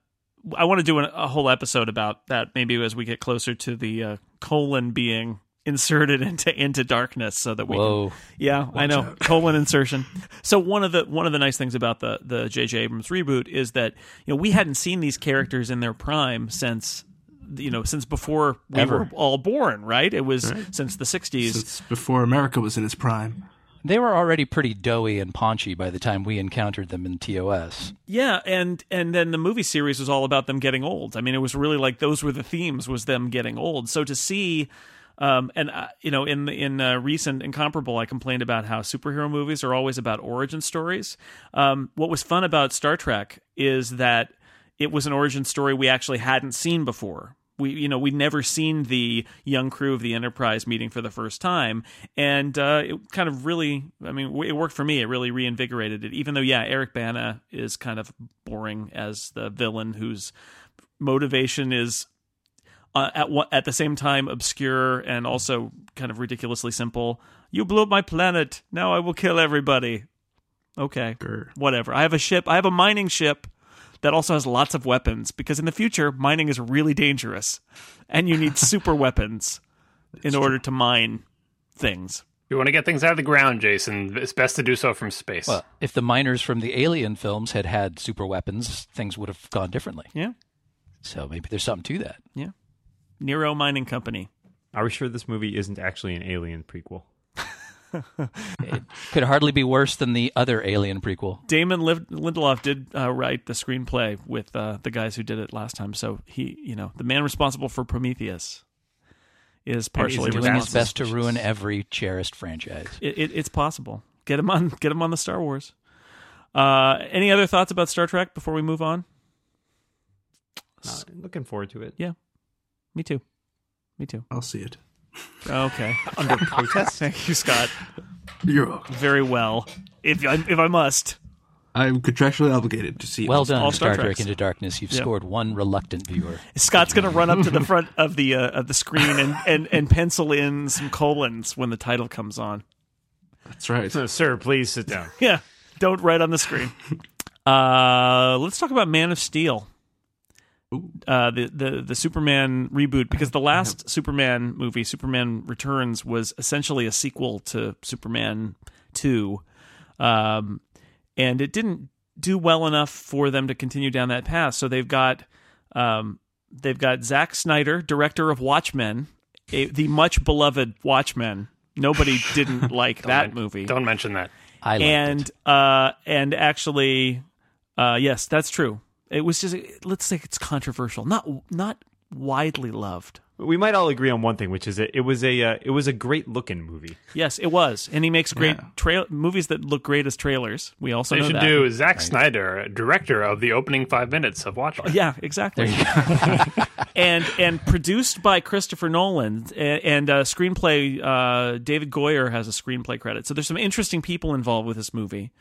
[SPEAKER 2] I want to do an, a whole episode about that maybe as we get closer to the uh, colon being inserted into into darkness so that we can
[SPEAKER 4] Whoa.
[SPEAKER 2] yeah, I know. Colon insertion. So one of the one of the nice things about the the JJ Abrams reboot is that, you know, we hadn't seen these characters in their prime since you know, since before we
[SPEAKER 4] Ever.
[SPEAKER 2] were all born, right? It was since the 60s.
[SPEAKER 3] Since before America was in its prime.
[SPEAKER 4] They were already pretty doughy and paunchy by the time we encountered them in TOS.
[SPEAKER 2] Yeah, and and then the movie series was all about them getting old. I mean, it was really like those were the themes was them getting old. So to see um and uh, you know in in uh, recent incomparable I complained about how superhero movies are always about origin stories. Um what was fun about Star Trek is that it was an origin story we actually hadn't seen before. We you know we'd never seen the young crew of the Enterprise meeting for the first time, and uh, it kind of really I mean w- it worked for me. It really reinvigorated it. Even though yeah, Eric Bana is kind of boring as the villain whose motivation is uh, at one, at the same time obscure and also kind of ridiculously simple. You blew up my planet. Now I will kill everybody. Okay
[SPEAKER 3] Grr.
[SPEAKER 2] whatever. I have a ship. I have a mining ship that also has lots of weapons because in the future mining is really dangerous, and you need super weapons in order to mine things.
[SPEAKER 6] You want to get things out of the ground, Jason. It's best to do so from space.
[SPEAKER 4] Well, if the miners from the Alien films had had super weapons, things would have gone differently.
[SPEAKER 2] Yeah,
[SPEAKER 4] So maybe there's something to that.
[SPEAKER 2] Nero Mining Company.
[SPEAKER 1] Are we sure this movie isn't actually an Alien prequel?
[SPEAKER 4] Could hardly be worse than the other Alien prequel.
[SPEAKER 2] Damon Liv- Lindelof did uh, write the screenplay with uh, the guys who did it last time, so he, you know, the man responsible for Prometheus is partially
[SPEAKER 1] doing
[SPEAKER 4] Doing his
[SPEAKER 2] responsible.
[SPEAKER 4] best to ruin every cherished franchise.
[SPEAKER 2] It, it, it's possible. Get him on. Get him on the Star Wars. Uh, any other thoughts about Star Trek before we move on?
[SPEAKER 1] Uh, looking forward to it.
[SPEAKER 2] Me too. Me too.
[SPEAKER 3] I'll see it.
[SPEAKER 2] Okay. Under protest. Thank you, Scott.
[SPEAKER 3] You're welcome.
[SPEAKER 2] Very well. If I, if I must.
[SPEAKER 3] I'm contractually obligated to see.
[SPEAKER 4] Well
[SPEAKER 3] it.
[SPEAKER 4] done,
[SPEAKER 2] all Star
[SPEAKER 4] Star Trek
[SPEAKER 2] Treks.
[SPEAKER 4] Into Darkness. You've
[SPEAKER 2] Yeah.
[SPEAKER 4] scored one reluctant viewer.
[SPEAKER 2] Scott's going to run up to the front of the uh, of the screen and, and, and pencil in some colons when the title comes on.
[SPEAKER 3] That's right.
[SPEAKER 1] So, sir, please sit down.
[SPEAKER 2] Yeah. Don't write on the screen. Uh, let's talk about Man of Steel. Uh, the, the the Superman reboot because the last Superman movie, Superman Returns, was essentially a sequel to Superman Two, um, and it didn't do well enough for them to continue down that path. So they've got um, they've got Zack Snyder, director of Watchmen, a, the much beloved Watchmen. Nobody didn't like that movie
[SPEAKER 6] Don't mention that.
[SPEAKER 4] I liked
[SPEAKER 2] and
[SPEAKER 4] it.
[SPEAKER 2] uh and actually uh yes that's true it was just let's say it's controversial not not widely loved
[SPEAKER 1] We might all agree on one thing, which is it, it was a uh, it was a great looking movie.
[SPEAKER 2] yes it was and he makes great trail movies that look great as trailers we also
[SPEAKER 6] They
[SPEAKER 2] know
[SPEAKER 6] should
[SPEAKER 2] that.
[SPEAKER 6] do Zack Snyder, director of the opening five minutes of Watchmen.
[SPEAKER 2] yeah exactly and and produced by Christopher Nolan and, and uh, screenplay uh, David Goyer has a screenplay credit. So there's some interesting people involved with this movie,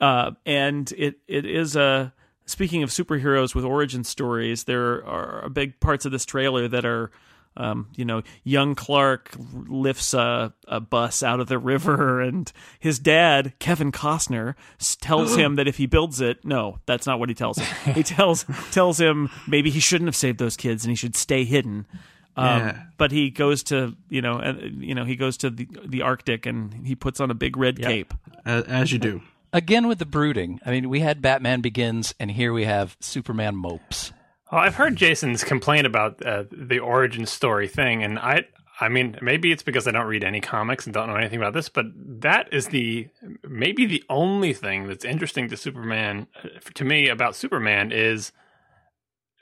[SPEAKER 2] uh, and it it is a speaking of superheroes with origin stories. There are big parts of this trailer that are. Um, you know, young Clark lifts a, a bus out of the river, and his dad, Kevin Costner, s- tells him that if he builds it, no, that's not what he tells him. He tells tells him maybe he shouldn't have saved those kids and he should stay hidden. Um,
[SPEAKER 3] Yeah.
[SPEAKER 2] But he goes to you know uh, you know he goes to the the Arctic and he puts on a big red cape.
[SPEAKER 3] A- As you do.
[SPEAKER 4] Again with the brooding. I mean, we had Batman Begins, and here we have Superman mopes.
[SPEAKER 6] Well, I've heard Jason's complain about uh, the origin story thing, and I, I mean, maybe it's because I don't read any comics and don't know anything about this, but that is the maybe the uh, only thing that's interesting to Superman to me about Superman is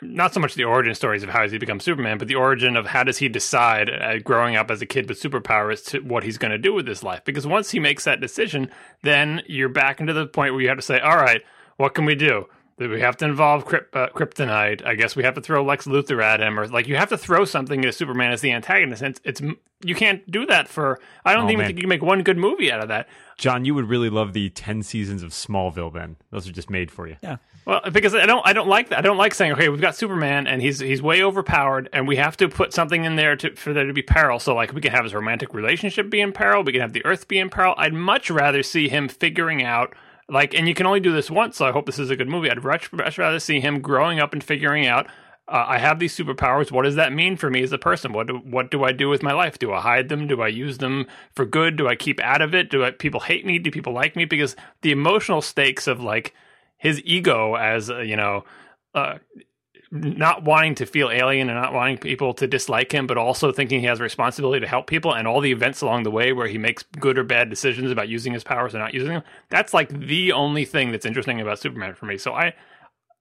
[SPEAKER 6] not so much the origin stories of how does he become Superman, but the origin of how does he decide, uh, growing up as a kid with superpowers, to what he's going to do with his life. Because once he makes that decision, then you're back into the point where you have to say, all right, what can we do? Do we have to involve Kryp- uh, kryptonite? I guess we have to throw Lex Luthor at him, or like you have to throw something at Superman as the antagonist. And it's, it's you can't do that for. I don't
[SPEAKER 1] Oh,
[SPEAKER 6] even
[SPEAKER 1] man.
[SPEAKER 6] think you can make one good movie out of that.
[SPEAKER 1] John, you would really love the ten seasons of Smallville. Then those are just made for you.
[SPEAKER 6] Well, because I don't, I don't like that. I don't like saying, okay, we've got Superman and he's he's way overpowered, and we have to put something in there to, for there to be peril. So, like, we can have his romantic relationship be in peril. We can have the Earth be in peril. I'd much rather see him figuring out, like, and you can only do this once. So, I hope this is a good movie. I'd much, much rather see him growing up and figuring out. Uh, I have these superpowers. What does that mean for me as a person? What do, what do I do with my life? Do I hide them? Do I use them for good? Do I keep out of it? Do I, people hate me? Do people like me? Because the emotional stakes of like his ego as uh, you know uh, not wanting to feel alien and not wanting people to dislike him but also thinking he has a responsibility to help people and all the events along the way where he makes good or bad decisions about using his powers or not using them that's like the only thing that's interesting about superman for me so i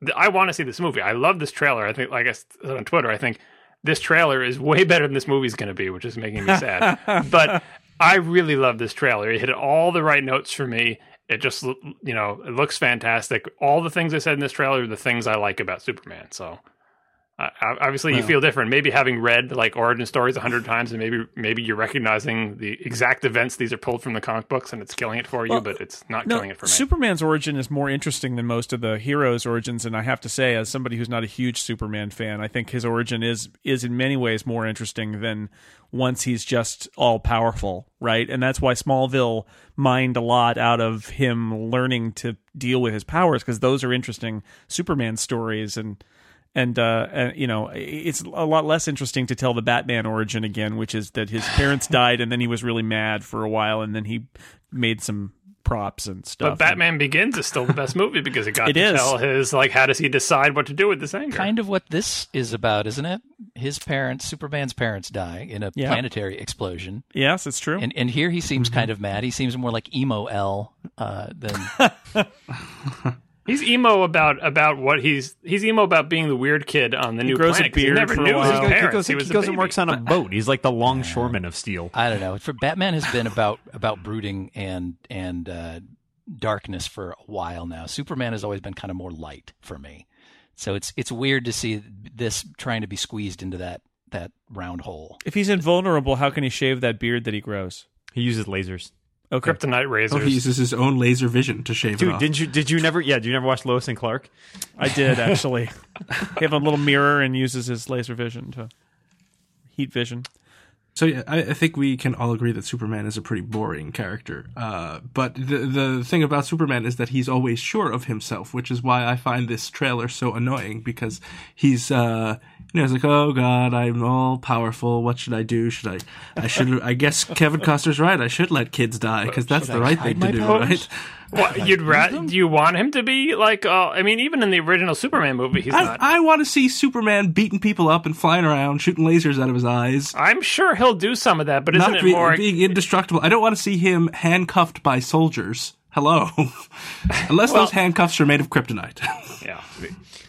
[SPEAKER 6] th- i want to see this movie i love this trailer i think like i said on twitter i think this trailer is way better than this movie's going to be which is making me sad but I really love this trailer. It hit all the right notes for me. It just, l- you know, it looks fantastic. All the things I said in this trailer are the things I like about Superman. So, uh, obviously, you feel different. Maybe having read like origin stories a hundred times, and maybe maybe you're recognizing the exact events these are pulled from the comic books, and it's killing it for you.
[SPEAKER 2] Well,
[SPEAKER 6] but it's not
[SPEAKER 2] No,
[SPEAKER 6] killing it for me.
[SPEAKER 2] Superman's origin is more interesting than most of the heroes' origins, and I have to say, as somebody who's not a huge Superman fan, I think his origin is is in many ways more interesting than once he's just all powerful, right? And that's why Smallville mined a lot out of him learning to deal with his powers because those are interesting Superman stories and. And uh, and, you know, it's a lot less interesting to tell the Batman origin again, which is that his parents died, and then he was really mad for a while, and then he made some props and
[SPEAKER 6] but
[SPEAKER 2] stuff.
[SPEAKER 6] Batman Begins is still the best movie because it got
[SPEAKER 2] It
[SPEAKER 6] to
[SPEAKER 2] is.
[SPEAKER 6] tell his like how does he decide what to do with this anger?
[SPEAKER 4] Kind of what this is about, isn't it? His parents, Superman's parents, die in a
[SPEAKER 2] Yeah.
[SPEAKER 4] planetary explosion,
[SPEAKER 2] yes, it's true.
[SPEAKER 4] and and here he seems kind of mad. He seems more like emo L uh, than
[SPEAKER 6] He's emo about about what he's he's emo about being the weird kid on the new
[SPEAKER 2] grows a
[SPEAKER 6] planet. 'cause
[SPEAKER 2] beard
[SPEAKER 6] he never
[SPEAKER 2] for a
[SPEAKER 6] knew
[SPEAKER 2] while.
[SPEAKER 6] his
[SPEAKER 2] He
[SPEAKER 6] parents.
[SPEAKER 1] He goes,
[SPEAKER 6] he was
[SPEAKER 1] he
[SPEAKER 6] a
[SPEAKER 1] goes and
[SPEAKER 6] baby.
[SPEAKER 1] works on a boat. He's like the longshoreman of steel.
[SPEAKER 4] I don't know. For Batman has been about about brooding and and uh, darkness for a while now. Superman has always been kind of more light for me. So it's it's weird to see this trying to be squeezed into that that round hole.
[SPEAKER 2] if he's invulnerable, how can he shave that beard that he grows?
[SPEAKER 1] He uses lasers.
[SPEAKER 2] Okay.
[SPEAKER 6] kryptonite
[SPEAKER 3] Oh,
[SPEAKER 6] razors.
[SPEAKER 3] he uses his own laser vision to shave it
[SPEAKER 1] Dude,
[SPEAKER 3] off.
[SPEAKER 1] didn't you? Did you never? Yeah, did you never watch Lois and Clark?
[SPEAKER 2] I did actually. he have a little mirror and uses his laser vision to heat vision.
[SPEAKER 3] So yeah, I, I think we can all agree that Superman is a pretty boring character. Uh, but the the thing about Superman is that he's always sure of himself, which is why I find this trailer so annoying because he's uh, you know he's like, oh god, I'm all powerful. What should I do? Should I? I should. I guess Kevin Costner's right. I should let kids die because that's the right thing to do, right?
[SPEAKER 6] What, you'd ra- do you want him to be like? Uh, I mean, even in the original Superman movie, he's
[SPEAKER 3] I,
[SPEAKER 6] not.
[SPEAKER 3] I want to see Superman beating people up and flying around, shooting lasers out of his eyes.
[SPEAKER 6] I, am sure he'll do some of that, but isn't
[SPEAKER 3] not
[SPEAKER 6] it
[SPEAKER 3] be-
[SPEAKER 6] more?
[SPEAKER 3] being indestructible. I don't want to see him handcuffed by soldiers. Hello, unless those handcuffs are made of kryptonite.
[SPEAKER 6] yeah.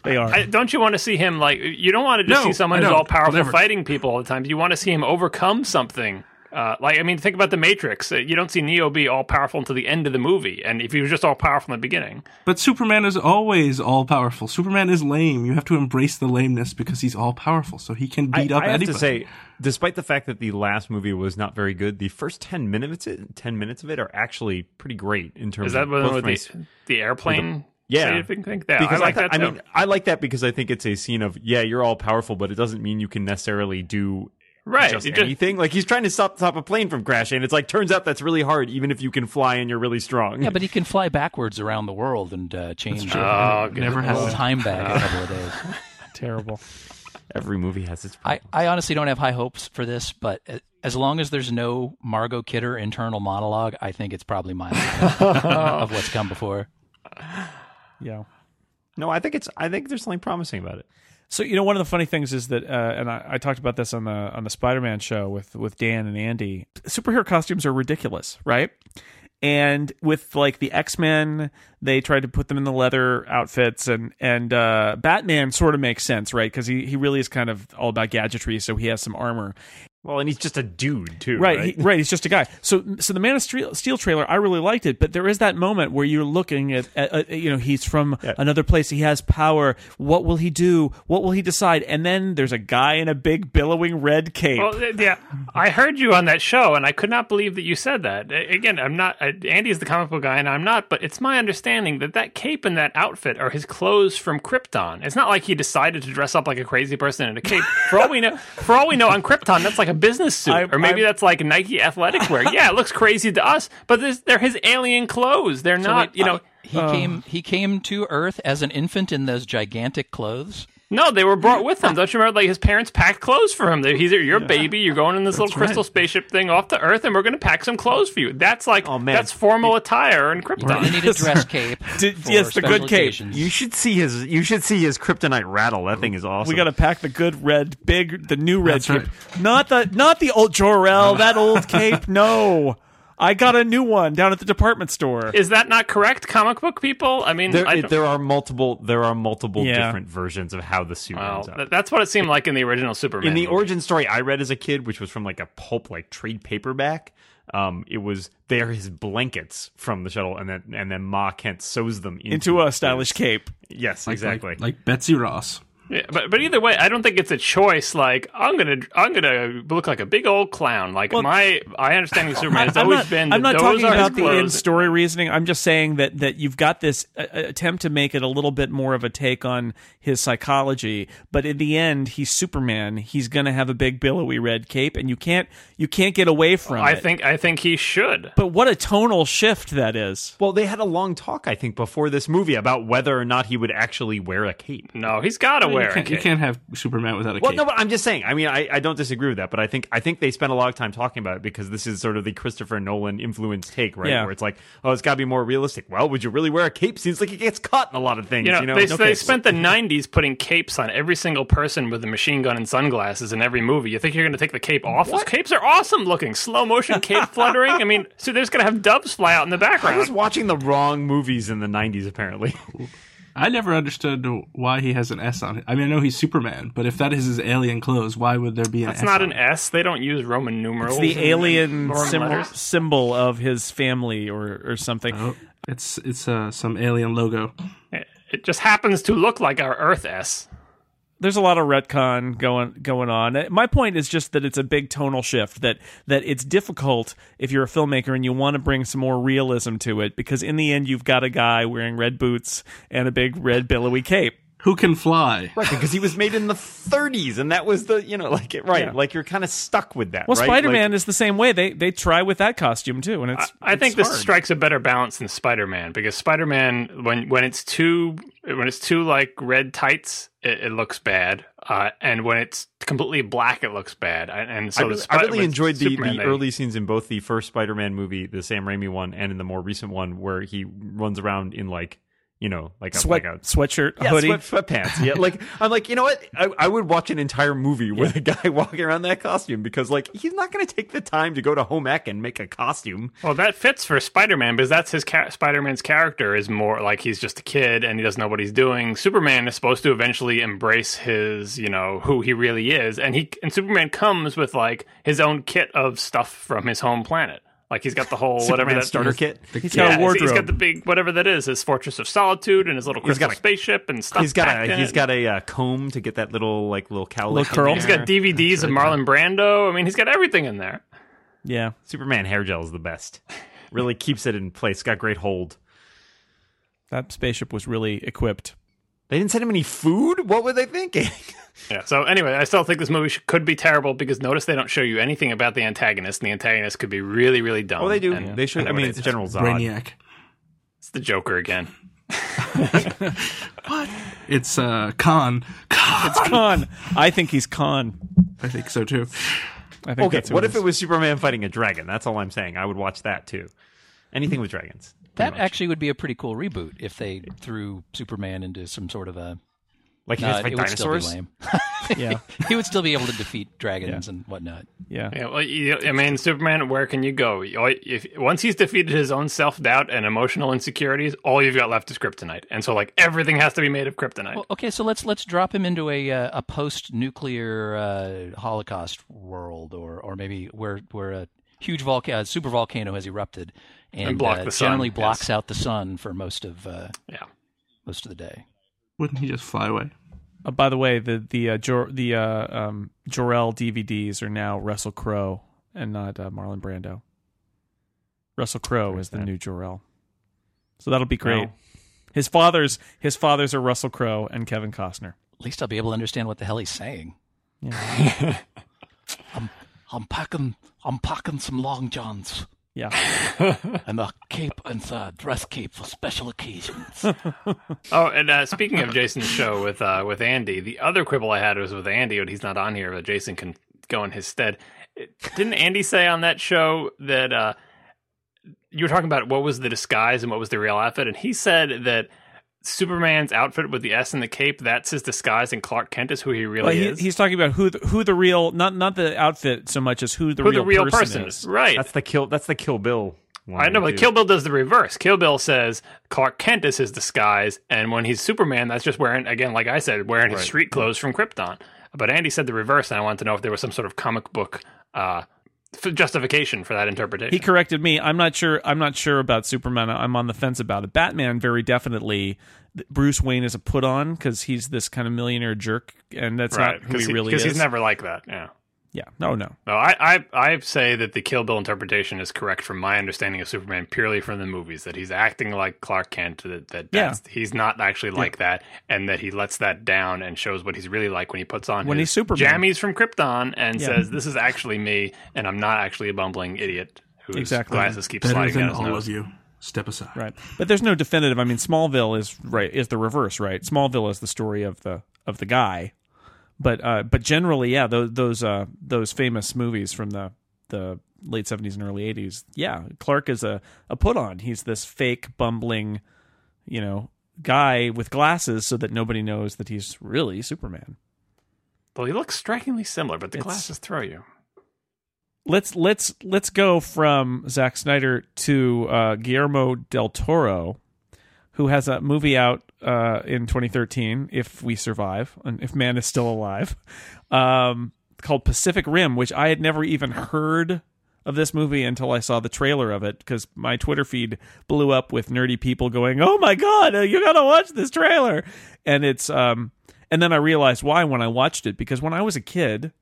[SPEAKER 2] They are.
[SPEAKER 6] I, don't you want to see him like? You don't want to just
[SPEAKER 3] No,
[SPEAKER 6] see someone
[SPEAKER 3] I
[SPEAKER 6] who's
[SPEAKER 3] don't.
[SPEAKER 6] all powerful
[SPEAKER 3] Whatever.
[SPEAKER 6] fighting people all the time. You want to see him overcome something. Uh, like I mean, think about the Matrix. Uh, You don't see Neo be all powerful until the end of the movie, and if he was just all powerful in the beginning,
[SPEAKER 3] but Superman is always all powerful. Superman is lame. You have to embrace the lameness because he's all powerful, so he can beat
[SPEAKER 1] I,
[SPEAKER 3] up
[SPEAKER 1] I have
[SPEAKER 3] anybody.
[SPEAKER 1] to say, despite the fact that the last movie was not very good, the first ten minutes ten minutes of it are actually pretty great in terms.
[SPEAKER 6] is that
[SPEAKER 1] of
[SPEAKER 6] what
[SPEAKER 1] both
[SPEAKER 6] with
[SPEAKER 1] from a
[SPEAKER 6] the the airplane?
[SPEAKER 1] Yeah.
[SPEAKER 6] I think, think? Yeah,
[SPEAKER 1] because
[SPEAKER 6] I like
[SPEAKER 1] thought-
[SPEAKER 6] that. Too.
[SPEAKER 1] I mean, I like that because I think it's a scene of yeah, you're all powerful, but it doesn't mean you can necessarily do
[SPEAKER 6] Right,
[SPEAKER 1] just
[SPEAKER 6] it just-
[SPEAKER 1] anything. Like he's trying to stop stop a plane from crashing. and It's like turns out that's really hard, even if you can fly and you're really strong.
[SPEAKER 4] Yeah, but he can fly backwards around the world and uh, change
[SPEAKER 6] oh, good.
[SPEAKER 3] Never
[SPEAKER 4] his
[SPEAKER 3] has.
[SPEAKER 4] time back in a couple of days.
[SPEAKER 2] Terrible.
[SPEAKER 1] every movie has its.
[SPEAKER 4] I, I honestly don't have high hopes for this, but a- as long as there's no Margot Kidder internal monologue, I think it's probably my of what's come before.
[SPEAKER 2] Yeah.
[SPEAKER 1] No, I think it's. I think there's something promising about it.
[SPEAKER 2] So you know, one of the funny things is that, uh, and I, I talked about this on the on the Spider Man show with with Dan and Andy. Superhero costumes are ridiculous, right? and with like the x-men they tried to put them in the leather outfits and and uh, batman sort of makes sense right because he, he really is kind of all about gadgetry so he has some armor
[SPEAKER 1] Well, and he's just a dude too,
[SPEAKER 2] right
[SPEAKER 1] right?
[SPEAKER 2] right, he, right he's just a guy so so the man of steel, steel trailer i really liked it but there is that moment where you're looking at, at, at you know he's from another place he has power what will he do what will he decide and then there's a guy in a big billowing red cape
[SPEAKER 6] Well, th- yeah, I heard you on that show, and I could not believe that you said that. A- Again, I'm not. I, Andy's the comic book guy, and I'm not. But it's my understanding that that cape and that outfit are his clothes from Krypton. It's not like he decided to dress up like a crazy person in a cape. For all we know, for all we know, on Krypton, that's like a business suit,
[SPEAKER 2] I'm-
[SPEAKER 6] or maybe
[SPEAKER 2] I'm-
[SPEAKER 6] that's like Nike athletic wear. Yeah, it looks crazy to us, but this, they're his alien clothes. They're
[SPEAKER 4] So
[SPEAKER 6] not,
[SPEAKER 4] they-
[SPEAKER 6] you know.
[SPEAKER 4] uh, he came he came to Earth as an infant in those gigantic clothes.
[SPEAKER 6] No, they were brought with him. Don't you remember? Like his parents packed clothes for him. They- He's your baby. You're going in this little crystal spaceship thing off to Earth, and we're going to pack some clothes for you. That's like
[SPEAKER 1] Oh, man.
[SPEAKER 6] that's formal attire in Krypton.
[SPEAKER 4] They need a dress cape.
[SPEAKER 2] Did-
[SPEAKER 4] for
[SPEAKER 2] yes, the
[SPEAKER 4] special
[SPEAKER 2] good cape.
[SPEAKER 4] occasions.
[SPEAKER 1] You should see his. You should see his kryptonite rattle. That thing is awesome.
[SPEAKER 2] We got to pack the good red, big, the new red
[SPEAKER 3] That's
[SPEAKER 2] cape, not the not the old Jorel, that old cape. No, I got a new one down at the department store.
[SPEAKER 6] Is that not correct, comic book people? I mean,
[SPEAKER 1] There,
[SPEAKER 6] I
[SPEAKER 1] it-
[SPEAKER 6] don't-
[SPEAKER 1] there are multiple. There are multiple
[SPEAKER 2] Yeah.
[SPEAKER 1] different versions of how the suit
[SPEAKER 6] well,
[SPEAKER 1] ends up.
[SPEAKER 6] th- that's what it seemed like in the original Superman.
[SPEAKER 1] in the
[SPEAKER 6] movie.
[SPEAKER 1] origin story I read as a kid, which was from like a pulp like trade paperback, um, it was they are his blankets from the shuttle, and then and then Ma Kent sews them into,
[SPEAKER 2] Into a
[SPEAKER 1] his-
[SPEAKER 2] stylish cape.
[SPEAKER 1] Yes,
[SPEAKER 3] Like-
[SPEAKER 1] exactly.
[SPEAKER 3] Like, like Betsy Ross.
[SPEAKER 6] Yeah, but but either way, I don't think it's a choice. Like I'm gonna I'm gonna look like a big old clown. Like my I understand the Superman has
[SPEAKER 2] I'm
[SPEAKER 6] always
[SPEAKER 2] not,
[SPEAKER 6] been. that
[SPEAKER 2] I'm not
[SPEAKER 6] those
[SPEAKER 2] talking
[SPEAKER 6] are his
[SPEAKER 2] about the
[SPEAKER 6] clothes.
[SPEAKER 2] in story reasoning. I'm just saying that that you've got this uh, attempt to make it a little bit more of a take on his psychology, but in the end, he's Superman. He's going to have a big billowy red cape, and you can't you can't get away from
[SPEAKER 6] I
[SPEAKER 2] it.
[SPEAKER 6] think I think he should.
[SPEAKER 2] But what a tonal shift that is.
[SPEAKER 1] well, they had a long talk, I think, before this movie about whether or not he would actually wear a cape.
[SPEAKER 6] No, he's got to wear.
[SPEAKER 3] You
[SPEAKER 6] a
[SPEAKER 3] can't, you
[SPEAKER 6] cape.
[SPEAKER 3] can't have Superman without a
[SPEAKER 1] Well,
[SPEAKER 3] cape.
[SPEAKER 1] no, but I'm just saying. I mean, I, I don't disagree with that, but I think I think they spent a lot of time talking about it because this is sort of the Christopher Nolan influenced take, right?
[SPEAKER 2] Yeah.
[SPEAKER 1] Where it's like, oh, it's got to be more realistic. Well, would you really wear a cape? Seems like it gets caught in a lot of things.
[SPEAKER 6] You know, they,
[SPEAKER 1] No
[SPEAKER 6] they
[SPEAKER 1] capes.
[SPEAKER 6] spent the 90s putting capes on every single person with a machine gun and sunglasses in every movie. You think you're going to take the cape off? Those capes are awesome looking. Slow motion cape fluttering. I mean, so they're just going to have doves fly out in the
[SPEAKER 1] I was
[SPEAKER 6] background.
[SPEAKER 1] watching the wrong movies in the 90s, apparently.
[SPEAKER 3] I never understood why he has an S on it. I mean, I know he's Superman, but if that is his alien clothes, why would there be an
[SPEAKER 6] That's
[SPEAKER 3] S?
[SPEAKER 6] not
[SPEAKER 3] on
[SPEAKER 6] an S. They don't use Roman numerals.
[SPEAKER 2] It's the
[SPEAKER 6] and
[SPEAKER 2] alien
[SPEAKER 6] Roman
[SPEAKER 2] symbol,
[SPEAKER 6] letters.
[SPEAKER 2] symbol of his family or, or something.
[SPEAKER 3] it? It's it's uh, some alien logo.
[SPEAKER 6] It- It just happens to look like our Earth S.
[SPEAKER 2] There's a lot of retcon going going on. Uh, My point is just that it's a big tonal shift that that it's difficult if you're a filmmaker and you want to bring some more realism to it because in the end you've got a guy wearing red boots and a big red billowy cape.
[SPEAKER 3] Who can fly?
[SPEAKER 1] right, because he was made in the 30s, and that was the, you know, like, it- right, like you're kind of stuck with that,
[SPEAKER 2] Well,
[SPEAKER 1] right?
[SPEAKER 2] Spider-Man
[SPEAKER 1] Like,
[SPEAKER 2] is the same way. They they try with that costume too and it's
[SPEAKER 6] I think
[SPEAKER 2] it's
[SPEAKER 6] this
[SPEAKER 2] hard.
[SPEAKER 6] strikes a better balance than Spider Man because Spider Man, when when it's too when it's too like red tights, it, it looks bad, uh, and when it's completely black, it looks bad. And, and so
[SPEAKER 1] I really,
[SPEAKER 6] the
[SPEAKER 1] I
[SPEAKER 6] Spi-
[SPEAKER 1] really
[SPEAKER 6] with
[SPEAKER 1] enjoyed the,
[SPEAKER 6] Superman,
[SPEAKER 1] the
[SPEAKER 6] they-
[SPEAKER 1] early scenes in both the first Spider-Man movie, the Sam Raimi one, and in the more recent one where he runs around in like, you know, like a,
[SPEAKER 2] sweat
[SPEAKER 1] like a
[SPEAKER 2] sweatshirt, a
[SPEAKER 1] yeah,
[SPEAKER 2] hoodie.
[SPEAKER 1] sweat, sweatpants. Yeah, like I'm like, you know what? I, I would watch an entire movie with a guy walking around that costume because like he's not going to take the time to go to home ec and make a costume.
[SPEAKER 6] Well, that fits for Spider Man because that's his ca- Spider Man's character is more like he's just a kid and he doesn't know what he's doing. Superman is supposed to eventually embrace his, you know, who he really is, and he and Superman comes with like his own kit of stuff from his home planet. Like he's got the whole whatever
[SPEAKER 1] Superman
[SPEAKER 6] that
[SPEAKER 1] starter kit.
[SPEAKER 2] He's got a
[SPEAKER 6] he's- He's got
[SPEAKER 2] wardrobe.
[SPEAKER 6] the big whatever that is, his fortress of solitude and his little
[SPEAKER 1] He's
[SPEAKER 6] crystal
[SPEAKER 1] got a-
[SPEAKER 6] spaceship and stuff.
[SPEAKER 1] He's got
[SPEAKER 6] packed
[SPEAKER 1] a
[SPEAKER 6] in
[SPEAKER 1] he's
[SPEAKER 6] it.
[SPEAKER 1] got a uh, comb to get that little like little cowlick.
[SPEAKER 2] Little
[SPEAKER 1] in there.
[SPEAKER 2] curl.
[SPEAKER 6] He's got DVDs of Marlon Brando. I mean, he's got everything in there.
[SPEAKER 2] yeah.
[SPEAKER 1] Superman hair gel is the best. Really keeps it in place. Got great hold.
[SPEAKER 2] That spaceship was really equipped.
[SPEAKER 1] They didn't send him any food. What were they thinking?
[SPEAKER 6] Yeah. So anyway, I still think this movie should, could be terrible because notice they don't show you anything about the antagonist, and the antagonist could be really, really dumb.
[SPEAKER 1] Oh, they do.
[SPEAKER 6] And
[SPEAKER 1] They should. I, mean, it's General Zod.
[SPEAKER 3] Brainiac.
[SPEAKER 6] it's the Joker again.
[SPEAKER 3] It's uh, Khan. Khan.
[SPEAKER 2] Khan. I think he's Khan.
[SPEAKER 3] I think so too.
[SPEAKER 2] I think
[SPEAKER 1] Okay,
[SPEAKER 2] that's who
[SPEAKER 1] what if
[SPEAKER 2] is.
[SPEAKER 1] it was Superman fighting a dragon? That's all I'm saying. I would watch that too. Anything with dragons.
[SPEAKER 4] That actually would be a pretty cool reboot if they threw Superman into some sort of a.
[SPEAKER 1] Like he
[SPEAKER 4] No,
[SPEAKER 1] has to
[SPEAKER 4] it
[SPEAKER 1] fight
[SPEAKER 4] would still be
[SPEAKER 1] dinosaurs.
[SPEAKER 4] lame.
[SPEAKER 2] Yeah.
[SPEAKER 4] he would still be able to defeat dragons and whatnot.
[SPEAKER 2] Yeah.
[SPEAKER 6] Yeah, well, you, I mean, Superman, where can you go? You- If, once he's defeated his own self doubt and emotional insecurities, all you've got left is kryptonite. And so, like, everything has to be made of kryptonite.
[SPEAKER 4] Well, okay, so let's let's drop him into a uh, a post nuclear uh, Holocaust world, or or maybe where where a huge volcano, uh, super volcano has erupted and,
[SPEAKER 6] And block
[SPEAKER 4] uh,
[SPEAKER 6] the sun,
[SPEAKER 4] generally
[SPEAKER 6] yes.
[SPEAKER 4] blocks out the sun for most of uh,
[SPEAKER 6] yeah.
[SPEAKER 4] most of the day.
[SPEAKER 3] Wouldn't he just fly away?
[SPEAKER 2] Uh, by the way, the the uh, Jor- the uh, um, Jorel DVDs are now Russell Crowe and not uh, Marlon Brando. Russell Crowe is the new Jorel, so that'll be great.
[SPEAKER 1] Wow.
[SPEAKER 2] His fathers his fathers are Russell Crowe and Kevin Costner.
[SPEAKER 4] At least I'll be able to understand what the hell he's saying. I'm I'm packing I'm packing some long johns
[SPEAKER 2] Yeah,
[SPEAKER 4] and a cape and a dress cape for special occasions.
[SPEAKER 6] Oh, and uh, speaking of Jason's show with uh, with Andy, the other quibble I had was with Andy, but he's not on here, but Jason can go in his stead. It- Didn't Andy say on that show that uh, you were talking about what was the disguise and what was the real outfit? And he said that Superman's outfit with the S and the cape, that's his disguise, and Clark Kent is who he really
[SPEAKER 2] Well, he,
[SPEAKER 6] is.
[SPEAKER 2] he's talking about who the, who the real not not the outfit so much as who the,
[SPEAKER 6] who
[SPEAKER 2] real,
[SPEAKER 6] the real
[SPEAKER 2] person,
[SPEAKER 6] person is. Right.
[SPEAKER 1] That's the kill. That's the Kill Bill. Line
[SPEAKER 6] I know, but
[SPEAKER 1] too.
[SPEAKER 6] Kill Bill does the reverse. Kill Bill says Clark Kent is his disguise, and when he's Superman, that's just wearing, again, like I said, wearing his
[SPEAKER 1] Right.
[SPEAKER 6] street clothes from Krypton. But Andy said the reverse, and I wanted to know if there was some sort of comic book uh, f- justification for that interpretation.
[SPEAKER 2] He corrected me. I'm not sure. I'm not sure about Superman. I'm on the fence about it. Batman, very definitely. th- Bruce Wayne is a put on because he's this kind of millionaire jerk, and that's not who
[SPEAKER 6] because
[SPEAKER 2] he, really is.
[SPEAKER 6] he's never like that. Yeah.
[SPEAKER 2] yeah. No. No.
[SPEAKER 6] No, I, I I say that the Kill Bill interpretation is correct from my understanding of Superman purely from the movies. That he's acting like Clark Kent. That that
[SPEAKER 2] Yeah.
[SPEAKER 6] that's, he's not actually like that, and that he lets that down and shows what he's really like when he puts on
[SPEAKER 2] When
[SPEAKER 6] his
[SPEAKER 2] he's Superman.
[SPEAKER 6] jammies from Krypton and
[SPEAKER 2] Yeah.
[SPEAKER 6] says, "This is actually me, and I'm not actually a bumbling idiot whose
[SPEAKER 2] Exactly.
[SPEAKER 6] glasses keep
[SPEAKER 3] Better
[SPEAKER 6] sliding
[SPEAKER 3] than
[SPEAKER 6] down his
[SPEAKER 3] all
[SPEAKER 6] nose."
[SPEAKER 3] of you. Step aside.
[SPEAKER 2] Right. But there's no definitive. I mean, Smallville is right. Is the reverse right? Smallville is the story of the of the guy. But uh, but generally, yeah, those those uh, those famous movies from the the late seventies and early eighties. Yeah, Clark is a a put on. He's this fake bumbling, you know, guy with glasses so that nobody knows that he's really Superman.
[SPEAKER 6] Well, he looks strikingly similar, but the
[SPEAKER 2] It's-
[SPEAKER 6] glasses throw you.
[SPEAKER 2] Let's let's let's go from Zack Snyder to uh, Guillermo del Toro, who has a movie out uh, in 2013, if we survive and if man is still alive, um, called Pacific Rim, which I had never even heard of this movie until I saw the trailer of it because my Twitter feed blew up with nerdy people going, "Oh my god, uh, you gotta watch this trailer!" And it's um, and then I realized why when I watched it because when I was a kid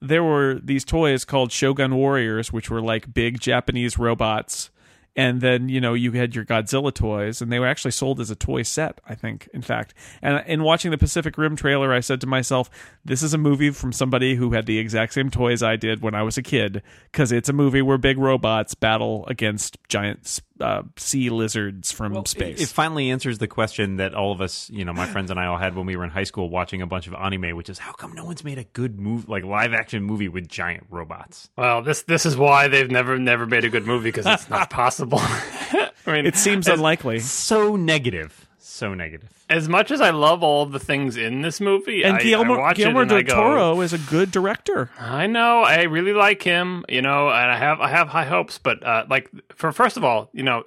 [SPEAKER 2] there were these toys called Shogun Warriors, which were like big Japanese robots. And then you know you had your Godzilla toys, and they were actually sold as a toy set, I think. In fact, and in watching the Pacific Rim trailer, I said to myself, "This is a movie from somebody who had the exact same toys I did when I was a kid, because it's a movie where big robots battle against giant uh, sea lizards from space."
[SPEAKER 1] It finally answers the question that all of us, you know, my friends and I all had when we were in high school watching a bunch of anime, which is how come no one's made a good move like live action movie with giant robots?
[SPEAKER 6] Well, this this is why they've never never made a good movie because it's not possible. I mean,
[SPEAKER 2] it seems
[SPEAKER 6] as-
[SPEAKER 2] unlikely.
[SPEAKER 1] So negative. So negative.
[SPEAKER 6] as much as I love all the things in this movie,
[SPEAKER 2] And
[SPEAKER 6] I,
[SPEAKER 2] Guillermo,
[SPEAKER 6] I watch
[SPEAKER 2] Guillermo
[SPEAKER 6] it and I
[SPEAKER 2] del
[SPEAKER 6] go,
[SPEAKER 2] Toro is a good director.
[SPEAKER 6] I know, I really like him, you know, and I have I have high hopes, but uh, like for first of all, you know,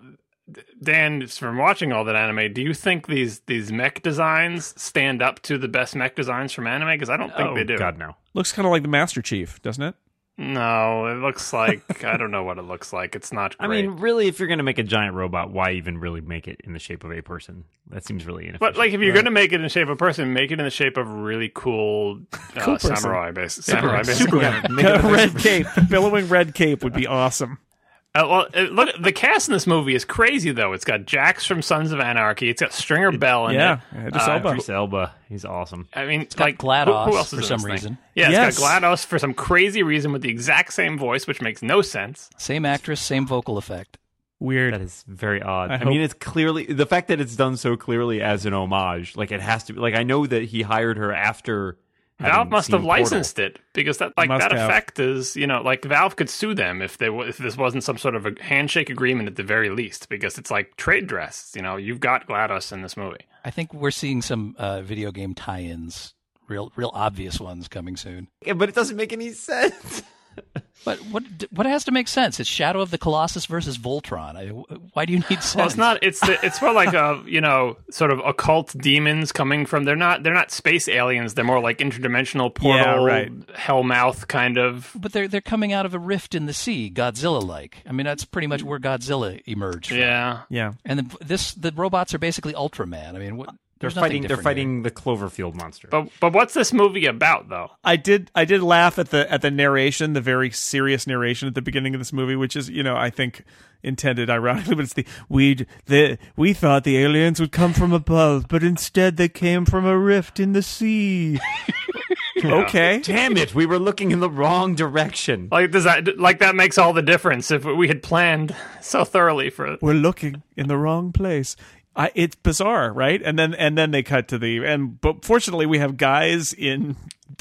[SPEAKER 6] D- Dan, just from watching all that anime, do you think these these mech designs stand up to the best mech designs from anime? Because I don't think
[SPEAKER 1] oh,
[SPEAKER 6] they do.
[SPEAKER 1] God no.
[SPEAKER 2] Looks kind of like the Master Chief, doesn't it?
[SPEAKER 6] No, it looks like I don't know what it looks like. It's not.
[SPEAKER 1] I
[SPEAKER 6] Great.
[SPEAKER 1] mean, really, if you're going to make a giant robot, why even really make it in the shape of a person? That seems really inefficient.
[SPEAKER 6] But like, if you're gonna make it in the shape of a person, make it in the shape of a really cool, uh,
[SPEAKER 2] person.
[SPEAKER 6] samurai based samurai based.
[SPEAKER 3] Superman.
[SPEAKER 2] red cape, billowing red cape would be awesome.
[SPEAKER 6] Uh, well, uh, look, the cast in this movie is crazy though. It's got Jax from Sons of Anarchy. It's got Stringer Bell in
[SPEAKER 2] Yeah,
[SPEAKER 6] it.
[SPEAKER 2] Idris Elba.
[SPEAKER 1] Idris Elba, he's awesome.
[SPEAKER 6] I mean, it's
[SPEAKER 4] got
[SPEAKER 6] like
[SPEAKER 4] GLaDOS
[SPEAKER 6] who, who else is
[SPEAKER 4] for
[SPEAKER 6] in this
[SPEAKER 4] some
[SPEAKER 6] thing?
[SPEAKER 4] reason.
[SPEAKER 6] Yeah,
[SPEAKER 2] Yes.
[SPEAKER 6] it's got GLaDOS for some crazy reason with the exact same voice, which makes no sense.
[SPEAKER 4] Same actress, same vocal effect.
[SPEAKER 2] Weird.
[SPEAKER 1] That is very odd.
[SPEAKER 2] I
[SPEAKER 1] I,
[SPEAKER 2] hope-
[SPEAKER 1] mean, it's clearly the fact that it's done so clearly as an homage. Like it has to. be Like I know that he hired her after.
[SPEAKER 6] Valve
[SPEAKER 1] having
[SPEAKER 6] must
[SPEAKER 1] seen
[SPEAKER 6] have
[SPEAKER 1] Portal.
[SPEAKER 6] licensed it because that like
[SPEAKER 2] Must
[SPEAKER 6] that
[SPEAKER 2] have.
[SPEAKER 6] effect is you know like Valve could sue them if they w- if this wasn't some sort of a handshake agreement at the very least because it's like trade dress. You know, you've got GLaDOS in this movie.
[SPEAKER 4] I think we're seeing some uh, video game tie-ins real real obvious ones coming soon.
[SPEAKER 1] Yeah, but it doesn't make any sense.
[SPEAKER 4] But what what has to make sense? It's Shadow of the Colossus versus Voltron. I, why do you need sense?
[SPEAKER 6] Well, it's not. It's the, it's more like a you know sort of occult demons coming from. They're not they're not space aliens. They're more like interdimensional portal
[SPEAKER 2] right.
[SPEAKER 6] hellmouth kind of.
[SPEAKER 4] But they're they're coming out of a rift in the sea, Godzilla like. I mean, that's pretty much where Godzilla emerged. From.
[SPEAKER 6] Yeah.
[SPEAKER 2] Yeah.
[SPEAKER 4] And the, this the robots are basically Ultraman. I mean, what,
[SPEAKER 1] They're
[SPEAKER 4] there's nothing
[SPEAKER 1] fighting. They're
[SPEAKER 4] different
[SPEAKER 1] fighting the Cloverfield monster.
[SPEAKER 6] But but what's this movie about though?
[SPEAKER 2] I did I did laugh at the at the narration, the very serious narration at the beginning of this movie, which is you know I think intended ironically, but it's the we the we thought the aliens would come from above, but instead they came from a rift in the sea. Okay,
[SPEAKER 1] Damn it! We were looking in the wrong direction.
[SPEAKER 6] Like does that like that makes all the difference if we had planned so thoroughly for
[SPEAKER 2] we're looking in the wrong place. I, it's bizarre, right? And then and then they cut to the and but fortunately we have guys in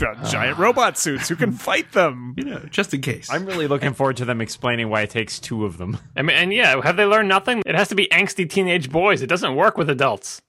[SPEAKER 2] uh, giant robot suits who can fight them.
[SPEAKER 3] just in case.
[SPEAKER 1] I'm really looking forward to them explaining why it takes two of them.
[SPEAKER 6] I mean, and yeah, have they learned nothing? It has to be angsty teenage boys. It doesn't work with adults.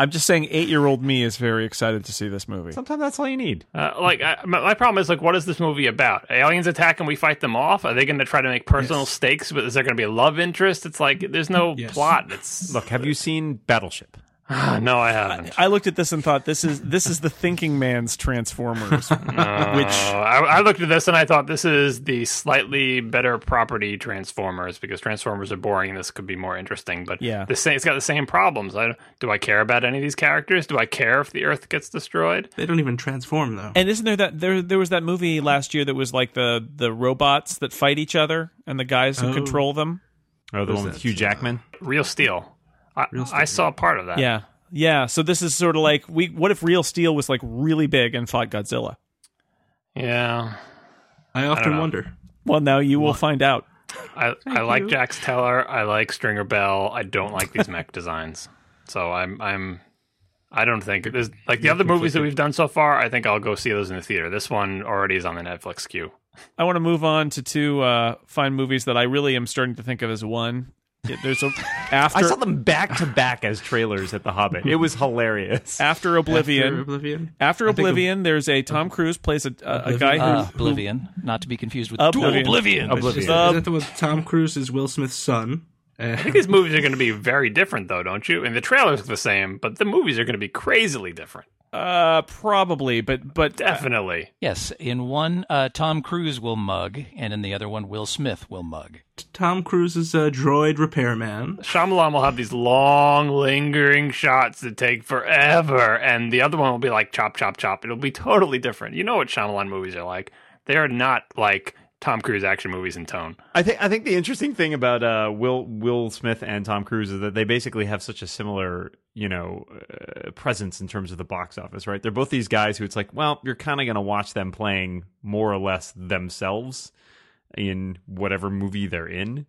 [SPEAKER 2] I'm just saying, eight year old me is very excited to see this movie.
[SPEAKER 1] Sometimes that's all you need.
[SPEAKER 6] Uh, like I, my, my problem is like, what is this movie about? Aliens attack and we fight them off. Are they going to try to make personal stakes? But is there going to be a love interest? It's like there's no
[SPEAKER 3] Yes.
[SPEAKER 6] plot. It's
[SPEAKER 1] Look, have you seen Battleship?
[SPEAKER 6] Ah, no, I haven't.
[SPEAKER 2] I looked at this and thought this is this is the thinking man's Transformers,
[SPEAKER 3] Uh,
[SPEAKER 6] Oh,
[SPEAKER 2] which
[SPEAKER 6] I, I looked at this and I thought this is the slightly better property Transformers because Transformers are boring. This could be more interesting, but
[SPEAKER 2] Yeah.
[SPEAKER 6] the same, it's got the same problems. I, do I care about any of these characters? Do I care if the Earth gets destroyed?
[SPEAKER 3] they don't even transform though.
[SPEAKER 2] and isn't there that there there was that movie last year that was like the the robots that fight each other and the guys who
[SPEAKER 3] Oh.
[SPEAKER 2] control them.
[SPEAKER 1] Oh, the
[SPEAKER 3] Who's
[SPEAKER 1] one with
[SPEAKER 3] that?
[SPEAKER 1] Hugh Jackman.
[SPEAKER 6] Real Steel. I, I saw part of that.
[SPEAKER 2] Yeah, yeah. So this is sort of like we what if Real Steel was like really big and fought Godzilla?
[SPEAKER 6] yeah.
[SPEAKER 3] I
[SPEAKER 6] don't
[SPEAKER 3] often
[SPEAKER 6] know.
[SPEAKER 3] wonder.
[SPEAKER 2] Well, now you will find out.
[SPEAKER 6] I, I like Jax Teller. I like Stringer Bell. I don't like these mech designs. So I'm I'm I don't think there's like the other movies that we've done so far. I think I'll go see those in the theater. This one already is on the Netflix queue.
[SPEAKER 2] I want to move on to two uh, fine movies that I really am starting to think of as one. There's a after
[SPEAKER 1] I saw them back to back as trailers at The Hobbit. It was hilarious.
[SPEAKER 2] after Oblivion.
[SPEAKER 3] After Oblivion.
[SPEAKER 2] After
[SPEAKER 3] I think of-
[SPEAKER 2] Oblivion, there's a Tom Cruise plays a, a, a guy who
[SPEAKER 4] Uh, Oblivion, not to be confused with
[SPEAKER 2] Oblivion.
[SPEAKER 4] Dual Oblivion.
[SPEAKER 1] Oblivion.
[SPEAKER 3] Is,
[SPEAKER 2] Um,
[SPEAKER 3] that the one with Tom Cruise is Will Smith's son?
[SPEAKER 6] I think these movies are going to be very different, though, don't you? And the trailers are the same, but the movies are going to be crazily different.
[SPEAKER 2] Uh, probably, but but
[SPEAKER 6] Definitely.
[SPEAKER 4] Yes, in one uh, Tom Cruise will mug, and in the other one Will Smith will mug.
[SPEAKER 3] Tom Cruise is a droid repairman.
[SPEAKER 6] Shyamalan will have these long, lingering shots that take forever, and the other one will be like chop, chop, chop. It'll be totally different. You know what Shyamalan movies are like? They are not like Tom Cruise action movies in tone.
[SPEAKER 1] I think I think the interesting thing about uh, Will Will Smith and Tom Cruise is that they basically have such a similar you know uh, presence in terms of the box office, right? They're both these guys who it's like, well, you're kind of going to watch them playing more or less themselves in whatever movie they're in.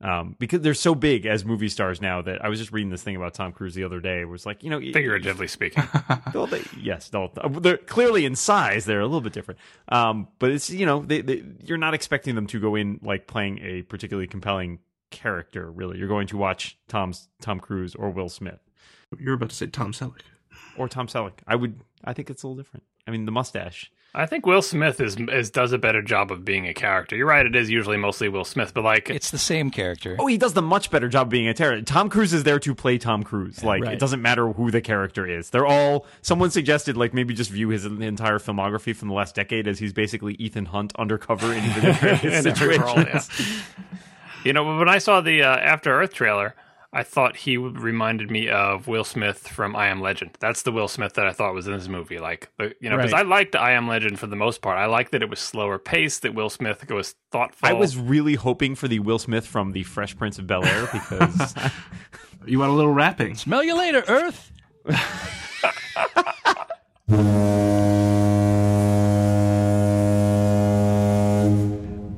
[SPEAKER 1] Um, because they're so big as movie stars now that I was just reading this thing about Tom Cruise the other day. It was like, you know,
[SPEAKER 6] figuratively speaking.
[SPEAKER 1] well, they, yes, no, they're clearly in size. They're a little bit different, um, but it's you know they, they, you're not expecting them to go in like playing a particularly compelling character. Really, you're going to watch Tom's Tom Cruise or Will Smith
[SPEAKER 3] You're about to say Tom Selleck.
[SPEAKER 1] or Tom Selleck. I would, I think it's a little different. I mean, the mustache.
[SPEAKER 6] I think Will Smith is, is does a better job of being a character. You're right; it is usually mostly Will Smith, but like
[SPEAKER 4] It's the same character.
[SPEAKER 1] Oh, he does the much better job being a terrorist. Tom Cruise is there to play Tom Cruise. Like
[SPEAKER 2] Right.
[SPEAKER 1] it doesn't matter who the character is. They're all. Someone suggested like maybe just view his entire filmography from the last decade as he's basically Ethan Hunt undercover in various
[SPEAKER 6] In every role, yeah.
[SPEAKER 1] situations.
[SPEAKER 6] You know, when I saw the uh, After Earth trailer, I thought he reminded me of Will Smith from I Am Legend. That's the Will Smith that I thought was in this movie. Like, the, you know, because
[SPEAKER 2] Right.
[SPEAKER 6] I liked I Am Legend for the most part. I liked that it was slower paced, that Will Smith was thoughtful.
[SPEAKER 1] I was really hoping for the Will Smith from the Fresh Prince of Bel Air because
[SPEAKER 3] You want a little rapping?
[SPEAKER 4] Smell you later, Earth.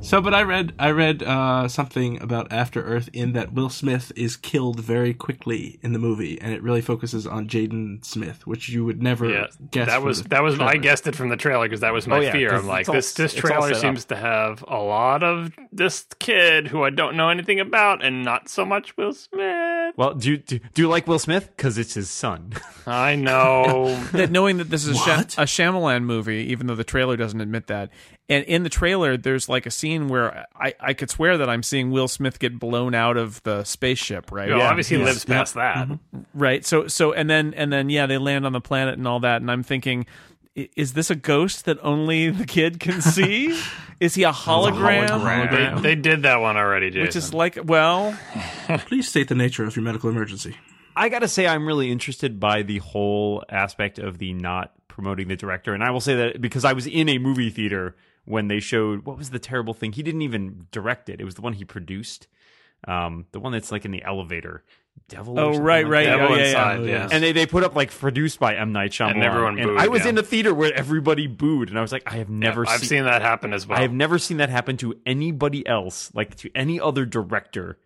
[SPEAKER 3] So, but I read I read uh, something about After Earth in that Will Smith is killed very quickly in the movie, and it really focuses on Jaden Smith, which you would never
[SPEAKER 6] Yeah,
[SPEAKER 3] guess.
[SPEAKER 6] that
[SPEAKER 3] from
[SPEAKER 6] was
[SPEAKER 3] the
[SPEAKER 6] that was I
[SPEAKER 3] trailer.
[SPEAKER 6] guessed it from the trailer because that was my
[SPEAKER 1] Oh, yeah,
[SPEAKER 6] fear.
[SPEAKER 1] 'cause
[SPEAKER 6] I'm like,
[SPEAKER 1] it's all-
[SPEAKER 6] this this
[SPEAKER 1] it's all
[SPEAKER 6] trailer
[SPEAKER 1] set up.
[SPEAKER 6] seems to have a lot of this kid who I don't know anything about, and not so much Will Smith.
[SPEAKER 1] Well, do you, do, do you like Will Smith? Because it's his son.
[SPEAKER 6] I know.
[SPEAKER 2] that knowing that this is a, Sha- a Shyamalan movie, even though the trailer doesn't admit that, and in the trailer there's like a scene where I, I could swear that I'm seeing Will Smith get blown out of the spaceship, right?
[SPEAKER 6] Well, obviously he lives past that.
[SPEAKER 1] Mm-hmm.
[SPEAKER 2] Right. So so and then and then yeah, they land on the planet and all that, and I'm thinking. i- Is this a ghost that only the kid can see? Is he a hologram?
[SPEAKER 3] hologram.
[SPEAKER 6] They did that one already, Jason.
[SPEAKER 2] Which is like, well,
[SPEAKER 3] Please state the nature of your medical emergency.
[SPEAKER 1] I gotta say, I'm really interested by the whole aspect of the not promoting the director, and I will say that because I was in a movie theater when they showed what was the terrible thing. He didn't even direct it; it was the one he produced, um, the one that's like in the elevator. Devil. or
[SPEAKER 2] Oh,
[SPEAKER 1] something
[SPEAKER 2] right,
[SPEAKER 1] like
[SPEAKER 2] right,
[SPEAKER 1] that.
[SPEAKER 2] yeah,
[SPEAKER 6] Devil
[SPEAKER 2] yeah, yeah.
[SPEAKER 6] Inside,
[SPEAKER 3] Oh,
[SPEAKER 6] yes.
[SPEAKER 1] And they, they put up like produced by M Night Shyamalan,
[SPEAKER 6] And everyone booed,
[SPEAKER 1] I was
[SPEAKER 6] yeah.
[SPEAKER 1] in the theater where everybody booed, and I was like, I have never.
[SPEAKER 6] I've
[SPEAKER 1] seen,
[SPEAKER 6] seen that happen as well.
[SPEAKER 1] I have never seen that happen to anybody else, like to any other director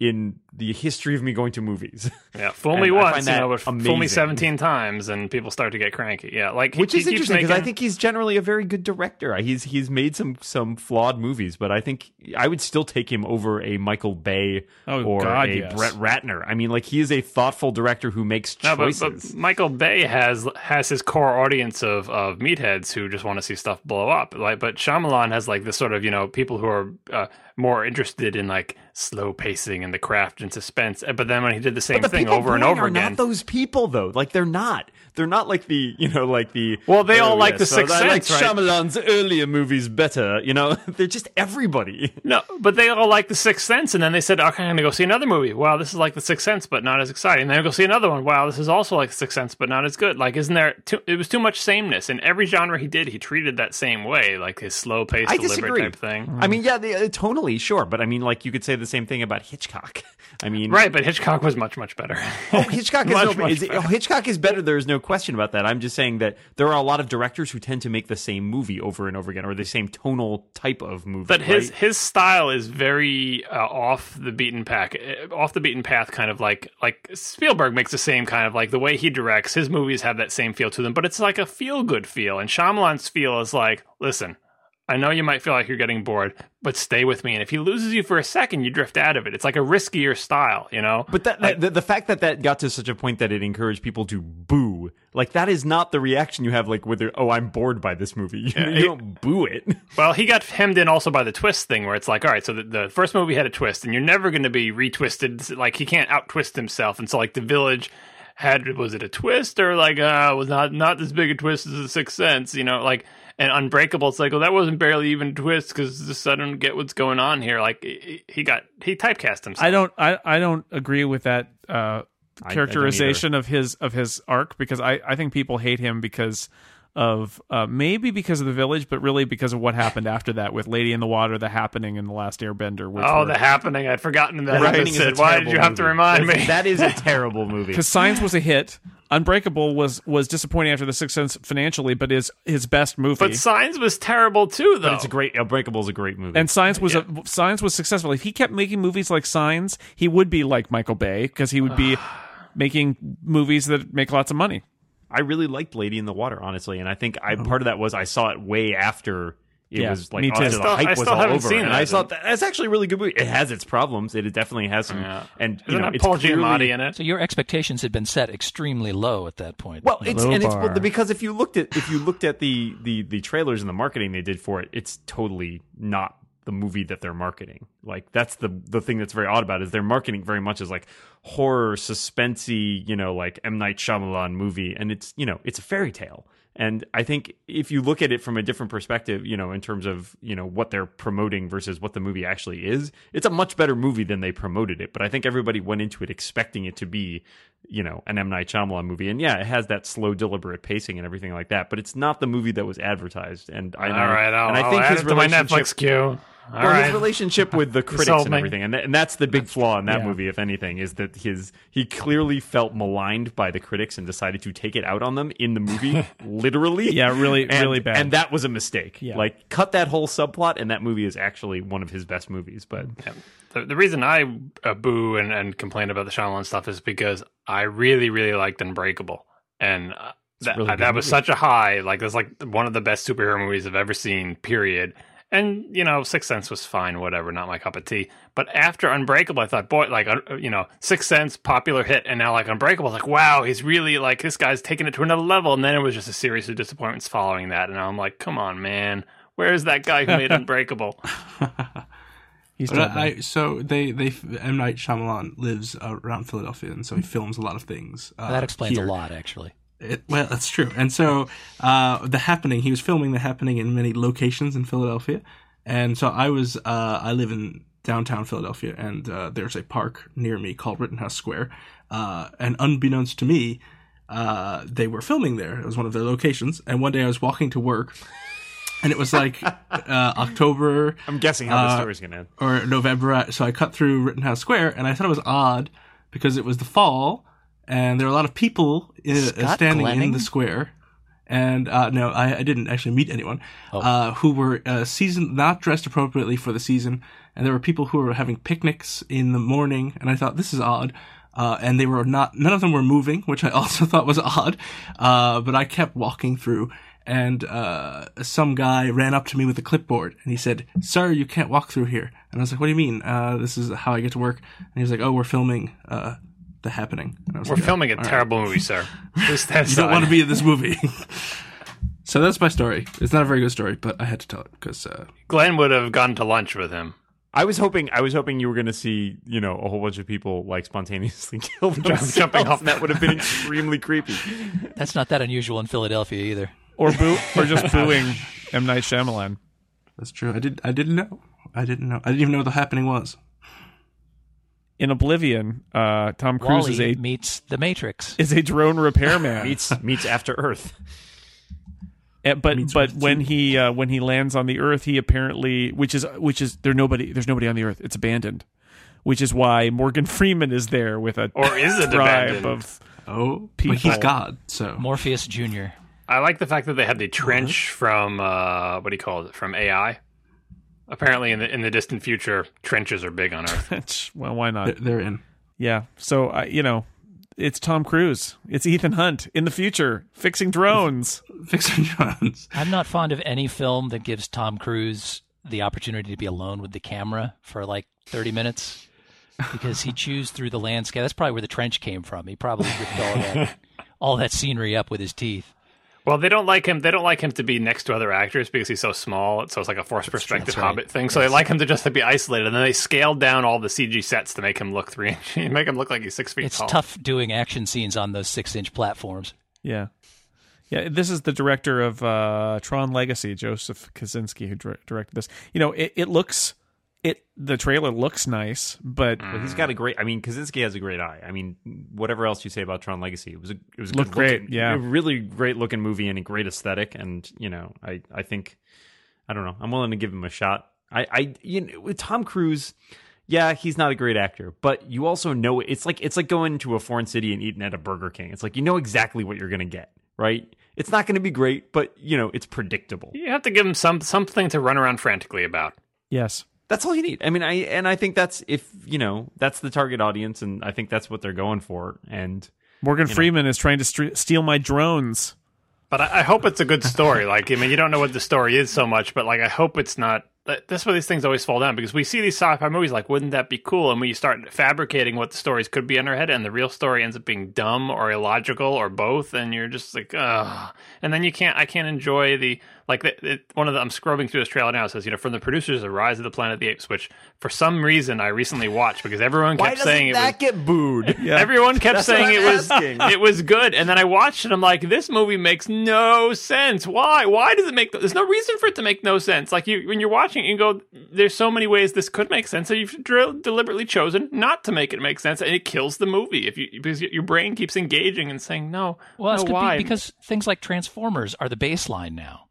[SPEAKER 1] in the history of me going to movies.
[SPEAKER 6] Yeah, fool
[SPEAKER 1] And
[SPEAKER 6] me
[SPEAKER 1] I
[SPEAKER 6] once,
[SPEAKER 1] find
[SPEAKER 6] you
[SPEAKER 1] that
[SPEAKER 6] know, but fool me
[SPEAKER 1] amazing.
[SPEAKER 6] seventeen times, and people start to get cranky. Yeah, like he-
[SPEAKER 1] which
[SPEAKER 6] he
[SPEAKER 1] is
[SPEAKER 6] keeps
[SPEAKER 1] interesting because I
[SPEAKER 6] making-
[SPEAKER 1] think he's generally a very good director. He's he's made some some flawed movies, but I think I would still take him over a Michael Bay
[SPEAKER 2] Oh,
[SPEAKER 1] or
[SPEAKER 2] God,
[SPEAKER 1] a
[SPEAKER 2] yes.
[SPEAKER 1] Brett Ratner. I mean, like he is a thoughtful director who makes
[SPEAKER 6] No, but,
[SPEAKER 1] choices.
[SPEAKER 6] but Michael Bay has has his core audience of of meatheads who just want to see stuff blow up. Like, but Shyamalan has like this sort of you know people who are uh, more interested in like slow pacing and the craft and suspense. Uh, But then when he did the same
[SPEAKER 1] the
[SPEAKER 6] thing
[SPEAKER 1] people
[SPEAKER 6] over and
[SPEAKER 1] booing
[SPEAKER 6] over
[SPEAKER 1] are
[SPEAKER 6] again,
[SPEAKER 1] Not those people though. Like they're not. They're not like the you know like the.
[SPEAKER 6] Well, they all like The
[SPEAKER 1] so
[SPEAKER 6] Sixth
[SPEAKER 1] I like
[SPEAKER 6] Sense, right?
[SPEAKER 1] Shyamalan's earlier movies better. You know, they're just everybody.
[SPEAKER 6] no, but they all like The Sixth Sense, and then they said, "Okay, I'm gonna go see another movie. Wow, this is like The Sixth Sense, but not as exciting." And then go see another one. Wow, this is also like The Sixth Sense, but not as good. Like, isn't there? Too, it was too much sameness in every genre he did. He treated that same way, like his slow paced,
[SPEAKER 1] I
[SPEAKER 6] deliberate
[SPEAKER 1] disagree.
[SPEAKER 6] type thing.
[SPEAKER 1] I mean, yeah, they, uh, tonally, sure, but I mean, like you could say the same thing about Hitchcock. I mean,
[SPEAKER 6] Right, but Hitchcock was much much better.
[SPEAKER 1] Oh, Hitchcock is,
[SPEAKER 6] Much,
[SPEAKER 1] no,
[SPEAKER 6] much
[SPEAKER 1] is
[SPEAKER 6] better.
[SPEAKER 1] oh, Hitchcock is better. There is no question about that. I'm just saying that there are a lot of directors who tend to make the same movie over and over again, or the same tonal type of movie.
[SPEAKER 6] but his
[SPEAKER 1] right?
[SPEAKER 6] his style is very uh, off the beaten pack, uh, off the beaten path. Kind of like like Spielberg makes the same kind of like the way he directs his movies have that same feel to them, but it's like a feel good feel. And Shyamalan's feel is like, listen, I know you might feel like you're getting bored, but stay with me. And if he loses you for a second, you drift out of it. It's like a riskier style, you know.
[SPEAKER 1] But that, that the, the fact that that got to such a point that it encouraged people to boo, like that is not the reaction you have. Like with your, oh, I'm bored by this movie. You, you don't boo it.
[SPEAKER 6] Well, he got hemmed in also by the twist thing, where it's like, all right, so the, the first movie had a twist, and you're never going to be retwisted. Like he can't out twist himself, and so like the village had was it a twist or like uh was not not as big a twist as the Sixth Sense, you know, like and Unbreakable. It's like, well, that wasn't barely even a twist because I don't get what's going on here. Like he he got he typecast himself.
[SPEAKER 2] I don't I, I don't agree with that uh,
[SPEAKER 1] I
[SPEAKER 2] characterization of his of his arc because I, I think people hate him because of uh, maybe because of the village, but really because of what happened after that with Lady in the Water, the happening in the last Airbender. Which
[SPEAKER 6] Oh,
[SPEAKER 2] were-
[SPEAKER 6] the happening! I'd forgotten that.
[SPEAKER 1] That
[SPEAKER 6] Right.
[SPEAKER 1] is a
[SPEAKER 6] Why did
[SPEAKER 1] terrible
[SPEAKER 6] you have to
[SPEAKER 1] movie.
[SPEAKER 6] remind me?
[SPEAKER 1] That is a terrible movie.
[SPEAKER 2] because Signs was a hit. Unbreakable was was disappointing after the Sixth Sense financially, but is his best movie.
[SPEAKER 6] but Signs was terrible too, though.
[SPEAKER 1] It's a great. Unbreakable is a great movie.
[SPEAKER 2] and Signs was a Signs was successful. If he kept making movies like Signs, he would be like Michael Bay because he would be making movies that make lots of money.
[SPEAKER 1] I really liked Lady in the Water, honestly, and I think I part of that was I saw it way after it
[SPEAKER 2] Yeah,
[SPEAKER 1] was like
[SPEAKER 2] me
[SPEAKER 1] me
[SPEAKER 2] too. I
[SPEAKER 1] the
[SPEAKER 6] still-
[SPEAKER 1] hype
[SPEAKER 6] I
[SPEAKER 1] was
[SPEAKER 6] still
[SPEAKER 1] all
[SPEAKER 6] haven't
[SPEAKER 1] over,
[SPEAKER 6] seen
[SPEAKER 1] and
[SPEAKER 6] that.
[SPEAKER 1] I thought that, that's actually a really good movie. It has its problems. It definitely has some, and you
[SPEAKER 6] Isn't
[SPEAKER 1] know,
[SPEAKER 6] it
[SPEAKER 1] it's
[SPEAKER 6] Paul
[SPEAKER 1] clearly-
[SPEAKER 6] Giamatti in it?
[SPEAKER 4] So your expectations had been set extremely low at that point.
[SPEAKER 1] Well, it's
[SPEAKER 2] Low
[SPEAKER 1] and it's
[SPEAKER 2] bar.
[SPEAKER 1] because if you looked at if you looked at the the the trailers and the marketing they did for it, it's totally not the movie that they're marketing. Like that's the the thing that's very odd about it, is they're marketing very much as like horror, suspensey, you know, like M Night Shyamalan movie, and it's you know it's a fairy tale. And I think if you look at it from a different perspective, you know, in terms of you know what they're promoting versus what the movie actually is, it's a much better movie than they promoted it. But I think everybody went into it expecting it to be, you know, an M Night Shyamalan movie, and yeah, it has that slow, deliberate pacing and everything like that. But it's not the movie that was advertised. And I,
[SPEAKER 6] All
[SPEAKER 1] and I-
[SPEAKER 6] right, I'll,
[SPEAKER 1] and I
[SPEAKER 6] I'll
[SPEAKER 1] think
[SPEAKER 6] add
[SPEAKER 1] his
[SPEAKER 6] it to my
[SPEAKER 1] relationship-
[SPEAKER 6] Netflix queue. All
[SPEAKER 1] well,
[SPEAKER 6] right.
[SPEAKER 1] his relationship with the critics
[SPEAKER 6] sold
[SPEAKER 1] and
[SPEAKER 6] me.
[SPEAKER 1] everything, and, th- and that's the big flaw in that
[SPEAKER 2] Yeah.
[SPEAKER 1] movie, if anything, is that his he clearly felt maligned by the critics and decided to take it out on them in the movie, literally.
[SPEAKER 2] Yeah, really-
[SPEAKER 1] And-
[SPEAKER 2] really bad.
[SPEAKER 1] And that was a mistake.
[SPEAKER 2] Yeah.
[SPEAKER 1] Like, cut that whole subplot, and that movie is actually one of his best movies. But
[SPEAKER 6] Mm. the, the reason I uh, boo and, and complain about the Shyamalan stuff is because I really, really liked Unbreakable. And uh, that,
[SPEAKER 1] really
[SPEAKER 6] uh,
[SPEAKER 1] good
[SPEAKER 6] that was
[SPEAKER 1] movie.
[SPEAKER 6] such a high. Like, that's like one of the best superhero movies I've ever seen, period. And you know, Sixth Sense was fine, whatever, not my cup of tea. But after Unbreakable, I thought, boy, like uh, you know, Sixth Sense, popular hit, and now like Unbreakable, like wow, he's really like this guy's taking it to another level. And then it was just a series of disappointments following that, and I'm like, come on, man, where is that guy who made Unbreakable?
[SPEAKER 2] He's
[SPEAKER 3] But
[SPEAKER 2] dead
[SPEAKER 3] I,
[SPEAKER 2] now.
[SPEAKER 3] I- so they they M Night Shyamalan lives around Philadelphia, and so he films a lot of things. Uh,
[SPEAKER 4] that explains
[SPEAKER 3] here.
[SPEAKER 4] a lot, actually.
[SPEAKER 3] It, well, that's true. And so uh, the happening, he was filming the happening in many locations in Philadelphia, and so I was uh, I live in downtown Philadelphia, and uh, there's a park near me called Rittenhouse Square, uh, and unbeknownst to me. Uh, they were filming there. It was one of their locations. And one day I was walking to work, and it was like uh, October
[SPEAKER 1] I'm guessing how the
[SPEAKER 3] Uh,
[SPEAKER 1] story's going to end.
[SPEAKER 3] or November. So I cut through Rittenhouse Square, and I thought it was odd because it was the fall, and there were a lot of people i- uh
[SPEAKER 4] Scott
[SPEAKER 3] standing in
[SPEAKER 4] Glenning?
[SPEAKER 3] the square. And uh, no, I, I didn't actually meet anyone uh, who were uh, season not dressed appropriately for the season, and there were people who were having picnics in the morning, and I thought this is odd. Uh, and they were not; none of them were moving, which I also thought was odd. Uh, but I kept walking through, and uh, some guy ran up to me with a clipboard and he said, "Sir, you can't walk through here." And I was like, "What do you mean? Uh, this is how I get to work." And he was like, "Oh, we're filming uh, the happening." And I was
[SPEAKER 6] We're
[SPEAKER 3] like,
[SPEAKER 6] filming a
[SPEAKER 3] all right.
[SPEAKER 6] terrible movie, sir. Please
[SPEAKER 3] You don't want to be in this movie. so that's my story. It's not a very good story, but I had to tell it because uh,
[SPEAKER 6] Glenn would have gone to lunch with him.
[SPEAKER 1] I was hoping I was hoping you were going to see you know a whole bunch of people like spontaneously kill themselves.
[SPEAKER 6] jumping off.
[SPEAKER 1] and that would have been extremely creepy.
[SPEAKER 4] That's not that unusual in Philadelphia either.
[SPEAKER 2] or boo, or just booing M Night Shyamalan.
[SPEAKER 3] that's true. I did. I didn't know. I didn't know. I didn't even know what the happening was.
[SPEAKER 2] In Oblivion, uh, Tom Cruise
[SPEAKER 4] Wally
[SPEAKER 2] is a
[SPEAKER 4] meets The Matrix.
[SPEAKER 2] is a drone repairman.
[SPEAKER 1] meets meets after Earth.
[SPEAKER 2] Uh, but but when he uh, when he lands on the Earth, he apparently which is which is there nobody there's nobody on the Earth. It's abandoned, which is why Morgan Freeman is there with a
[SPEAKER 6] Or is it
[SPEAKER 2] tribe
[SPEAKER 6] abandoned?
[SPEAKER 2] of
[SPEAKER 3] Oh,
[SPEAKER 2] People.
[SPEAKER 3] But he's God. So
[SPEAKER 4] Morpheus Jr.
[SPEAKER 6] I like the fact that they had
[SPEAKER 4] Uh-huh.
[SPEAKER 6] the trench from uh, what do you call it? From AI. Apparently, in the in the distant future, trenches are big on Earth.
[SPEAKER 2] well why
[SPEAKER 3] they're,
[SPEAKER 2] not
[SPEAKER 3] they're in.
[SPEAKER 2] yeah so I you know it's Tom Cruise it's Ethan Hunt in the future fixing drones
[SPEAKER 3] Fixer Johns.
[SPEAKER 4] I'm not fond of any film that gives Tom Cruise the opportunity to be alone with the camera for like 30 minutes because he chews through the landscape. That's probably where the trench came from. He probably ripped all that, all that scenery up with his teeth.
[SPEAKER 6] well, they don't like him. They don't like him to be next to other actors because he's so small. So it's like a forced perspective
[SPEAKER 4] that's right.
[SPEAKER 6] Hobbit thing. So they like him to just to be isolated. And then they scaled down all the CG sets to make him look three inches, make him look like he's six feet
[SPEAKER 4] It's
[SPEAKER 6] tall.
[SPEAKER 4] tough doing action scenes on those six inch platforms.
[SPEAKER 2] yeah yeah this is the director of uh, Tron Legacy Joseph Kaczynski who dir- directed this you know it, it looks it the trailer looks nice but
[SPEAKER 1] But he's got a great. I mean, Kaczynski has a great eye. I mean, whatever else you say about Tron Legacy, it was a it was a
[SPEAKER 2] Looked
[SPEAKER 1] good
[SPEAKER 2] great,
[SPEAKER 1] looking-
[SPEAKER 2] yeah.
[SPEAKER 1] a really great looking movie and a great aesthetic. And you know, I I think I don't know. I'm willing to give him a shot. I I you know with Tom Cruise. Yeah, he's not a great actor, but you also know it's like it's like going to a foreign city and eating at a Burger King. It's like you know exactly what you're going to get, right? It's not going to be great, but you know, it's predictable.
[SPEAKER 6] You have to give him some something to run around frantically about.
[SPEAKER 2] yes
[SPEAKER 1] That's all you need. I mean, I and I think that's if you know that's the target audience, and I think that's what they're going for. And
[SPEAKER 2] Morgan Freeman is trying to stre- steal my drones.
[SPEAKER 6] But I, I hope it's a good story. Like, I mean, you don't know what the story is so much, but like, I hope it's not. that- That's where these things always fall down because we see these sci-fi movies. Like, wouldn't that be cool? And we start fabricating what the stories could be in our head, and the real story ends up being dumb or illogical or both. And you're just like, ugh. And then you can't. I can't enjoy the like. The, it, one of the I'm scrubbing through this trailer now. It says, you know, from the producers of Rise of the Planet of the Apes, which for some reason I recently watched because everyone kept saying it was
[SPEAKER 1] get booed?
[SPEAKER 6] Everyone kept saying
[SPEAKER 1] what
[SPEAKER 6] it
[SPEAKER 1] I'm
[SPEAKER 6] was
[SPEAKER 1] asking.
[SPEAKER 6] it was good, and then I watched it. I'm like, this movie makes no sense. Why? Why does it make? There's no reason for it to make no sense. Like you, when you're watching, it, you go, there's so many ways this could make sense, and you've drill, deliberately chosen not to make it make sense, and it kills the movie if you because your your brain keeps engaging and saying no.
[SPEAKER 4] Well, it's
[SPEAKER 6] no,
[SPEAKER 4] good be-
[SPEAKER 6] why?
[SPEAKER 4] because things like Transformers are the baseline now.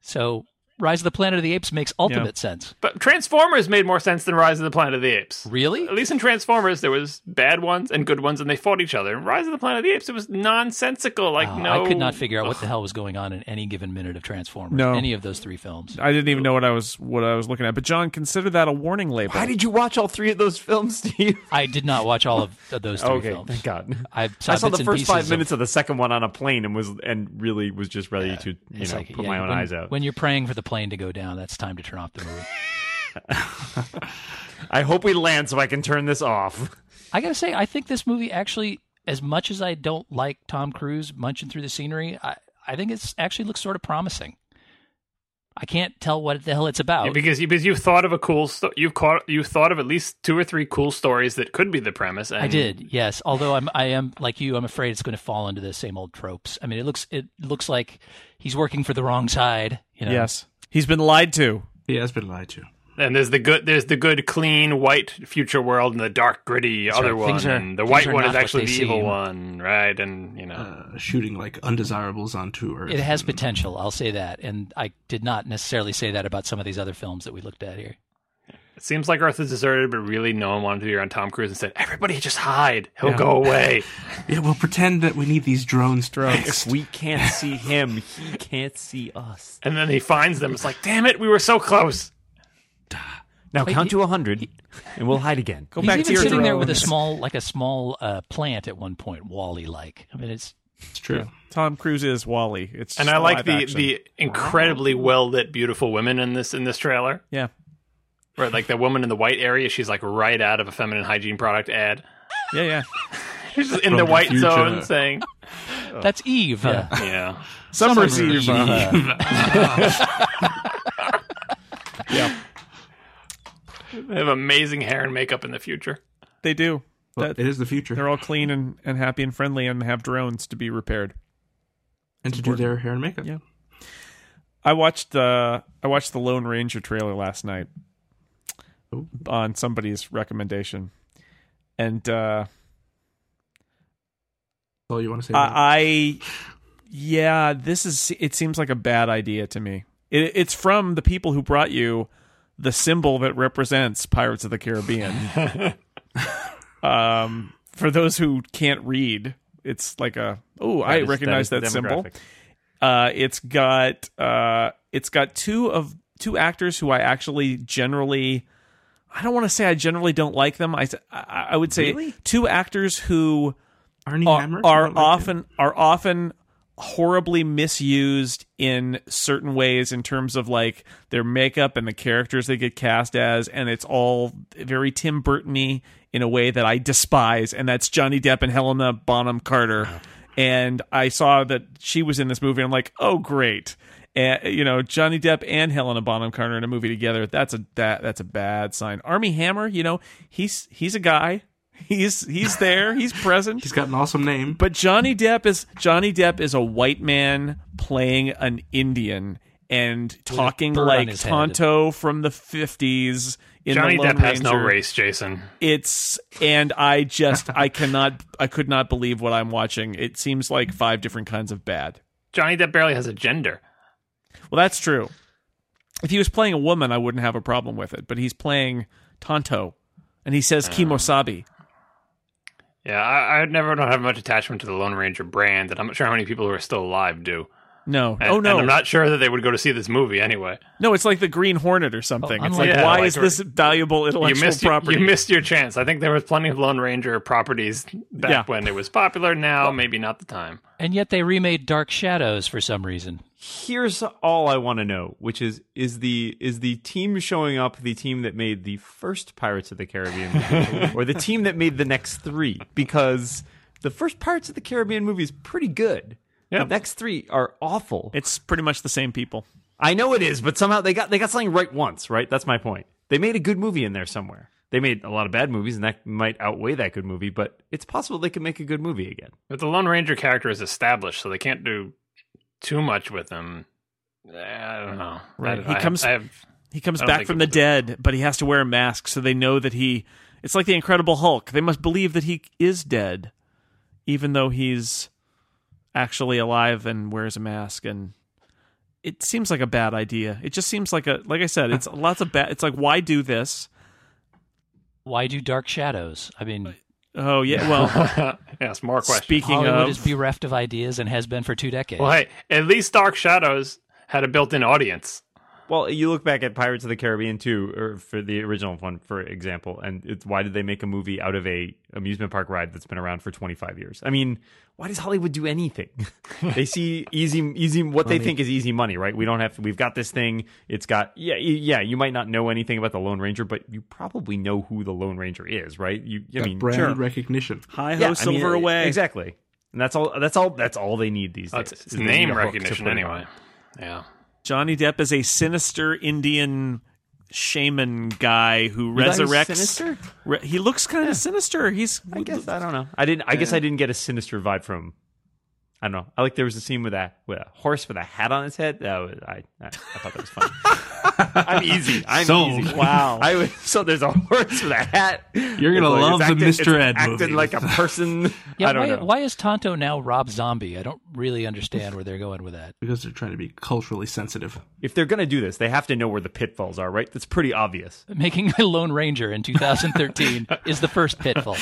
[SPEAKER 4] So Rise of the Planet of the Apes makes ultimate sense.
[SPEAKER 6] but Transformers made more sense than Rise of the Planet of the Apes.
[SPEAKER 4] Really?
[SPEAKER 6] At least in Transformers, there was bad ones and good ones, and they fought each other. In Rise of the Planet of the Apes, it was nonsensical. Like
[SPEAKER 4] Wow,
[SPEAKER 6] no,
[SPEAKER 4] Oh, I could not figure out what the hell was going on in any given minute of Transformers.
[SPEAKER 2] No.
[SPEAKER 4] Any of those three films.
[SPEAKER 2] I didn't even know what I was what I was looking at. But John, consider that a warning label.
[SPEAKER 1] Why did you watch all three of those films, Steve?
[SPEAKER 4] I did not watch all of of those three
[SPEAKER 1] okay,
[SPEAKER 4] films.
[SPEAKER 1] thank God.
[SPEAKER 4] I saw,
[SPEAKER 1] I saw
[SPEAKER 4] bits
[SPEAKER 1] the
[SPEAKER 4] and
[SPEAKER 1] first
[SPEAKER 4] pieces
[SPEAKER 1] five
[SPEAKER 4] of-
[SPEAKER 1] minutes of, the second one on a plane and was and really was just ready to you
[SPEAKER 4] it's
[SPEAKER 1] know
[SPEAKER 4] like,
[SPEAKER 1] put
[SPEAKER 4] yeah,
[SPEAKER 1] my own
[SPEAKER 4] when-
[SPEAKER 1] eyes out.
[SPEAKER 4] When you're praying for the plane to go down. That's time to turn off the movie.
[SPEAKER 1] I hope we land so I can turn this off.
[SPEAKER 4] I gotta say, I think this movie actually, as much as I don't like Tom Cruise munching through the scenery, I, I think it's actually looks sort of promising. I can't tell what the hell it's about.
[SPEAKER 6] Yeah, because you, because you've thought of a cool sto- you've caught you've thought of at least two or three cool stories that could be the premise. And
[SPEAKER 4] I did, yes. Although I'm, I am like you. I'm afraid it's going to fall into the same old tropes. I mean, it looks, it looks like he's working for the wrong side. You know?
[SPEAKER 2] Yes, he's been lied to.
[SPEAKER 3] He has been lied to.
[SPEAKER 6] And there's the good there's the good clean white future world and the dark gritty other
[SPEAKER 4] right.
[SPEAKER 6] one.
[SPEAKER 4] Things are-
[SPEAKER 6] and the
[SPEAKER 4] things
[SPEAKER 6] white
[SPEAKER 4] are
[SPEAKER 6] one
[SPEAKER 4] not
[SPEAKER 6] is
[SPEAKER 4] what
[SPEAKER 6] actually
[SPEAKER 4] they
[SPEAKER 6] the evil
[SPEAKER 4] seem.
[SPEAKER 6] one, right? And you know,
[SPEAKER 3] Uh, shooting like undesirables onto Earth.
[SPEAKER 4] It has
[SPEAKER 3] and-
[SPEAKER 4] potential. I'll say that, and I did not necessarily say that about some of these other films that we looked at here.
[SPEAKER 6] it seems like Earth is deserted, but really no one wanted to be around Tom Cruise and said, "Everybody just hide. He'll
[SPEAKER 2] Yeah.
[SPEAKER 6] go away."
[SPEAKER 3] Yeah, we'll pretend that we need these drones.
[SPEAKER 2] Drugs.
[SPEAKER 1] we can't see him, he can't see us.
[SPEAKER 6] and then he finds them. It's like, "Damn it, we were so close."
[SPEAKER 1] Now count to a hundred, and we'll hide again.
[SPEAKER 2] Go
[SPEAKER 4] He's
[SPEAKER 2] back
[SPEAKER 4] even
[SPEAKER 2] to your
[SPEAKER 4] sitting there with a
[SPEAKER 2] drones.
[SPEAKER 4] small, like a small uh, plant at one point, Wally like. I mean, it's
[SPEAKER 3] It's true.
[SPEAKER 2] Tom Cruise is Wally. It's
[SPEAKER 6] And
[SPEAKER 2] just
[SPEAKER 6] I like
[SPEAKER 2] live
[SPEAKER 6] the
[SPEAKER 2] action.
[SPEAKER 6] the incredibly well lit, beautiful women in this in this trailer.
[SPEAKER 2] yeah.
[SPEAKER 6] Right, like the woman in the white area, she's like right out of a feminine hygiene product ad.
[SPEAKER 2] Yeah, yeah.
[SPEAKER 6] She's just in
[SPEAKER 3] From
[SPEAKER 6] the
[SPEAKER 3] the
[SPEAKER 6] white
[SPEAKER 3] future.
[SPEAKER 6] zone saying,
[SPEAKER 4] that's Eve. Uh,
[SPEAKER 6] "Yeah,
[SPEAKER 2] Summer's Eve. uh,
[SPEAKER 6] they have amazing hair and makeup in the future."
[SPEAKER 2] They do.
[SPEAKER 3] Well,
[SPEAKER 2] That-
[SPEAKER 3] it is the future.
[SPEAKER 2] They're all clean and, and happy and friendly and have drones to be repaired.
[SPEAKER 3] And to do their hair and makeup.
[SPEAKER 2] Yeah. I watched uh I watched the Lone Ranger trailer last night
[SPEAKER 3] Ooh.
[SPEAKER 2] on somebody's recommendation. And uh
[SPEAKER 3] That's all you want to say. about it.
[SPEAKER 2] I, I yeah, this is it seems like a bad idea to me. It, it's from the people who brought you the symbol that represents Pirates of the Caribbean. um, for those who can't read, it's like a oh, I
[SPEAKER 1] That is-
[SPEAKER 2] recognize
[SPEAKER 1] that
[SPEAKER 2] that,
[SPEAKER 1] is the
[SPEAKER 2] symbol.
[SPEAKER 1] demographic.
[SPEAKER 2] Uh, it's got uh, it's got two of two actors who I actually generally I don't want to say I generally don't like them. I I, I would say
[SPEAKER 1] Really?
[SPEAKER 2] two actors who
[SPEAKER 3] Arnie
[SPEAKER 2] are,
[SPEAKER 3] Hammer
[SPEAKER 2] uh, are
[SPEAKER 3] Something like
[SPEAKER 2] often are often horribly misused in certain ways in terms of like their makeup and the characters they get cast as and it's all very Tim Burtony in a way that I despise and that's Johnny Depp and Helena Bonham Carter and I saw that she was in this movie and I'm like oh great and you know Johnny Depp and Helena Bonham Carter in a movie together that's a that, that's a bad sign Army Hammer you know he's he's a guy he's he's there he's present
[SPEAKER 3] that. He's got an awesome name.
[SPEAKER 2] but Johnny Depp is Johnny Depp is a white man playing an Indian and talking
[SPEAKER 4] bird on
[SPEAKER 2] like
[SPEAKER 4] his head.
[SPEAKER 2] Tonto from the fifties. In
[SPEAKER 6] Johnny
[SPEAKER 2] the Lone
[SPEAKER 6] Depp has no
[SPEAKER 2] Ranger.
[SPEAKER 6] race, Jason.
[SPEAKER 2] It's and I just I cannot I could not believe what I'm watching. It seems like five different kinds of bad.
[SPEAKER 6] Johnny Depp barely has a gender.
[SPEAKER 2] Well, that's true. If he was playing a woman, I wouldn't have a problem with it. But he's playing Tonto, and he
[SPEAKER 6] Oh.
[SPEAKER 2] says Kimosabi.
[SPEAKER 6] Yeah, I, I never don't have much attachment to the Lone Ranger brand, and I'm not sure how many people who are still alive do.
[SPEAKER 2] No,
[SPEAKER 6] And,
[SPEAKER 2] oh no,
[SPEAKER 6] and I'm not sure that they would go to see this movie anyway.
[SPEAKER 2] no. It's like the Green Hornet or something.
[SPEAKER 4] Oh,
[SPEAKER 2] it's like
[SPEAKER 6] unlike-
[SPEAKER 2] why
[SPEAKER 6] Yeah,
[SPEAKER 2] is
[SPEAKER 6] like-
[SPEAKER 2] this valuable
[SPEAKER 6] You
[SPEAKER 2] intellectual
[SPEAKER 6] missed your,
[SPEAKER 2] property?
[SPEAKER 6] you missed your chance. I think there was plenty of Lone Ranger properties back
[SPEAKER 2] Yeah.
[SPEAKER 6] when it was popular. Now maybe not the time.
[SPEAKER 4] and yet they remade Dark Shadows for some reason.
[SPEAKER 1] Here's all I want to know, which is is the is the team showing up the team that made the first Pirates of the Caribbean movie, or the team that made the next three? Because the first Pirates of the Caribbean movie is pretty good.
[SPEAKER 6] Yeah.
[SPEAKER 1] The next three are awful.
[SPEAKER 2] It's pretty much the same people.
[SPEAKER 1] I know it is, but somehow they got they got something right once, right? That's my point. They made a good movie in there somewhere. They made a lot of bad movies, and that might outweigh that good movie. But it's possible they could make a good movie again.
[SPEAKER 6] But the Lone Ranger character is established, so they can't do too much with him. Eh, I don't know.
[SPEAKER 2] Mm, Right.
[SPEAKER 6] I-
[SPEAKER 2] He
[SPEAKER 6] I-
[SPEAKER 2] comes-
[SPEAKER 6] I have-
[SPEAKER 2] He comes
[SPEAKER 6] I don't
[SPEAKER 2] back
[SPEAKER 6] think
[SPEAKER 2] from
[SPEAKER 6] it
[SPEAKER 2] the
[SPEAKER 6] was
[SPEAKER 2] dead, but he has to wear a mask so they know that he. It's like the Incredible Hulk. They must believe that he is dead, even though he's actually alive and wears a mask. And it seems like a bad idea. It just seems like a, like I said, it's lots of bad. It's like why do this?
[SPEAKER 4] Why do Dark Shadows? I mean,
[SPEAKER 2] Oh yeah. Well,
[SPEAKER 6] yes, more questions.
[SPEAKER 2] speaking
[SPEAKER 4] Hollywood
[SPEAKER 2] of,
[SPEAKER 4] is bereft of ideas and has been for two decades.
[SPEAKER 6] well, hey, at least Dark Shadows had a built-in audience.
[SPEAKER 1] Well, you look back at Pirates of the Caribbean 2, or for the original one, for example, and it's, why did they make a movie out of a amusement park ride that's been around for 25 years? I mean, why does Hollywood do anything? they see easy, easy, what they think is easy money, right? We don't have to, we've got this thing. It's got, yeah, y- yeah, you might not know anything about the Lone Ranger, but you probably know who the Lone Ranger is, right? You, I mean,
[SPEAKER 3] brand recognition.
[SPEAKER 2] Hi ho,
[SPEAKER 1] yeah, I mean,
[SPEAKER 2] silver away.
[SPEAKER 1] Exactly. And that's all, that's all, that's all they need these
[SPEAKER 6] Oh,
[SPEAKER 1] days.
[SPEAKER 6] it's, it's
[SPEAKER 1] is they
[SPEAKER 6] name
[SPEAKER 1] need a hook to
[SPEAKER 6] recognition
[SPEAKER 1] put it on.
[SPEAKER 6] anyway. Yeah.
[SPEAKER 2] Johnny Depp is a sinister Indian shaman guy who
[SPEAKER 1] thought he was
[SPEAKER 2] resurrects.
[SPEAKER 1] sinister?
[SPEAKER 2] Re- he looks kind of sinister. He's
[SPEAKER 1] I guess I don't know. I didn't. I guess I didn't get a sinister vibe from. I don't know. I like there was a scene with a with a horse with a hat on his head. That was, I, I I thought that was fun. I'm easy. I'm
[SPEAKER 3] Sold.
[SPEAKER 1] easy.
[SPEAKER 2] Wow.
[SPEAKER 1] I was, so there's a horse with a hat. You're
[SPEAKER 3] gonna love the Mr. Ed
[SPEAKER 1] acting
[SPEAKER 3] movie.
[SPEAKER 1] like a person.
[SPEAKER 4] Yeah,
[SPEAKER 1] I don't
[SPEAKER 4] why,
[SPEAKER 1] know.
[SPEAKER 4] why is Tonto now Rob Zombie? I don't really understand where they're going with that.
[SPEAKER 3] Because they're trying to be culturally sensitive.
[SPEAKER 1] If they're gonna do this, they have to know where the pitfalls are, right? That's pretty obvious.
[SPEAKER 4] Making a Lone Ranger in 2013 is the first pitfall.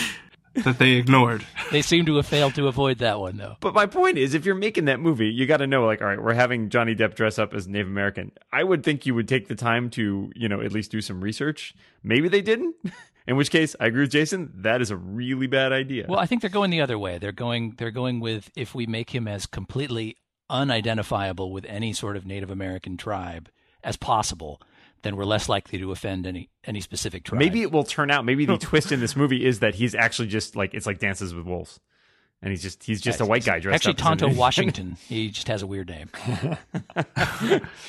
[SPEAKER 3] That they ignored.
[SPEAKER 4] They seem to have failed to avoid that one, though.
[SPEAKER 1] But my point is, if you're making that movie, you got to know, like, all right, we're having Johnny Depp dress up as Native American. I would think you would take the time to, you know, at least do some research. Maybe they didn't. In which case, I agree with Jason. That is a really bad idea.
[SPEAKER 4] Well, I think they're going the other way. They're going they're going with if we make him as completely unidentifiable with any sort of Native American tribe as possible, then we're less likely to offend any any specific tribe.
[SPEAKER 1] maybe it will turn out. Maybe the twist in this movie is that he's actually just like it's like Dances with Wolves, and he's just he's just a white guy dressed
[SPEAKER 4] actually
[SPEAKER 1] up as an
[SPEAKER 4] Tonto
[SPEAKER 1] Indian.
[SPEAKER 4] Washington. He just has a weird name.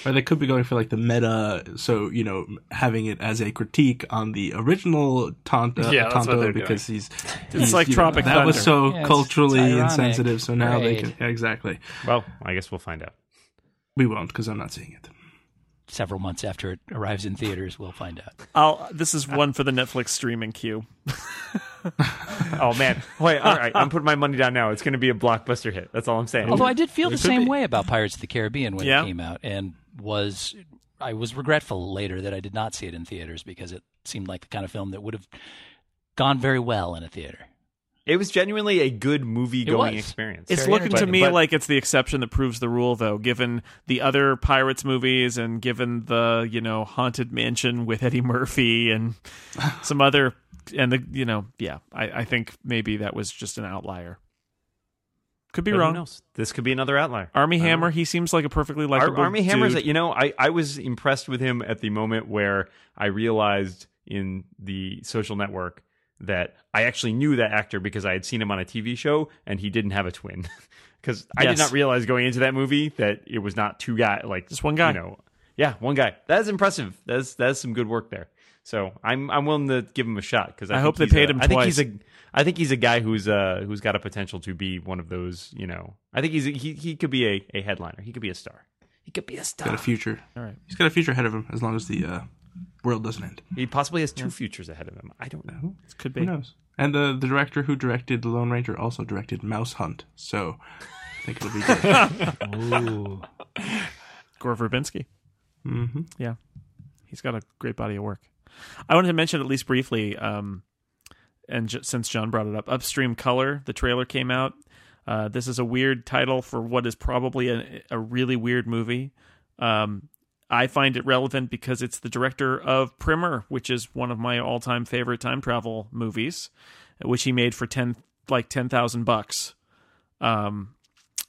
[SPEAKER 3] Or they could be going for like the meta, so you know, having it as a critique on the original Tonto,
[SPEAKER 6] Yeah, that's what
[SPEAKER 3] Tonto
[SPEAKER 6] they're doing.
[SPEAKER 3] because he's,
[SPEAKER 8] It's like
[SPEAKER 3] you
[SPEAKER 8] Tropic
[SPEAKER 3] That was so
[SPEAKER 4] Yeah, it's-
[SPEAKER 3] culturally
[SPEAKER 4] it's ironic.
[SPEAKER 3] insensitive, so now they
[SPEAKER 4] Right.
[SPEAKER 3] can yeah, exactly.
[SPEAKER 1] Well, I guess we'll find out.
[SPEAKER 3] We won't because I'm not seeing it.
[SPEAKER 4] Several months after it arrives in theaters, we'll find out.
[SPEAKER 2] I'll, this is one for the Netflix streaming queue.
[SPEAKER 1] Oh man, wait, all right, I'm putting my money down now. It's going to be a blockbuster hit. That's all I'm saying.
[SPEAKER 4] Although I did feel the
[SPEAKER 3] could
[SPEAKER 4] same
[SPEAKER 3] be.
[SPEAKER 4] way about Pirates of the Caribbean when
[SPEAKER 2] Yeah.
[SPEAKER 4] it came out, and was I was regretful later that I did not see it in theaters because it seemed like the kind of film that would have gone very well in a theater.
[SPEAKER 1] it was genuinely a good movie going
[SPEAKER 4] was.
[SPEAKER 1] experience.
[SPEAKER 2] It's
[SPEAKER 4] Very
[SPEAKER 2] looking to
[SPEAKER 1] entertaining.
[SPEAKER 2] me
[SPEAKER 1] But-
[SPEAKER 2] like it's the exception that proves the rule, though. Given the other pirates movies, and given the you know haunted mansion with Eddie Murphy and some other, and the you know yeah, I, I think maybe that was just an outlier. Could be
[SPEAKER 1] But who
[SPEAKER 2] wrong.
[SPEAKER 1] knows? This could be another outlier.
[SPEAKER 2] Army Hammer, he seems like a perfectly
[SPEAKER 1] Ar-
[SPEAKER 2] likable
[SPEAKER 1] Army Hammer's,
[SPEAKER 2] dude.
[SPEAKER 1] you know, I, I was impressed with him at the moment where I realized in the social network that I actually knew that actor because I had seen him on a TV show and he didn't have a twin. Because I
[SPEAKER 2] Yes.
[SPEAKER 1] did not realize going into that movie that it was not two guy like
[SPEAKER 2] Just one guy.
[SPEAKER 1] You know, yeah, one guy. That is impressive. That's that's some good work there. So I'm I'm willing to give him a shot because I,
[SPEAKER 2] I
[SPEAKER 1] think
[SPEAKER 2] hope they
[SPEAKER 1] he's
[SPEAKER 2] paid
[SPEAKER 1] a-
[SPEAKER 2] him
[SPEAKER 1] I think he's a I think he's a guy who's uh who's got a potential to be one of those. You know, I think he's a, he he could be a, a headliner. He could be a star. He could be a
[SPEAKER 3] Got
[SPEAKER 1] star.
[SPEAKER 3] a future. All
[SPEAKER 2] right.
[SPEAKER 3] he's got a future ahead of him as long as the uh, world doesn't end.
[SPEAKER 1] He possibly has two futures ahead of him. I don't know.
[SPEAKER 2] could
[SPEAKER 3] Who
[SPEAKER 2] be.
[SPEAKER 3] knows? And the the director who directed The Lone Ranger also directed Mouse Hunt, so I think it'll be good.
[SPEAKER 4] Ooh.
[SPEAKER 2] Gore Verbinski.
[SPEAKER 3] hmm
[SPEAKER 2] Yeah, he's got a great body of work. I wanted to mention at least briefly, um, and j- since John brought it up, Upstream Color. The trailer came out. Uh, this is a weird title for what is probably a, a really weird movie. Um, I find it relevant because it's the director of Primer, which is one of my all-time favorite time travel movies, which he made for ten like ten thousand bucks. Um,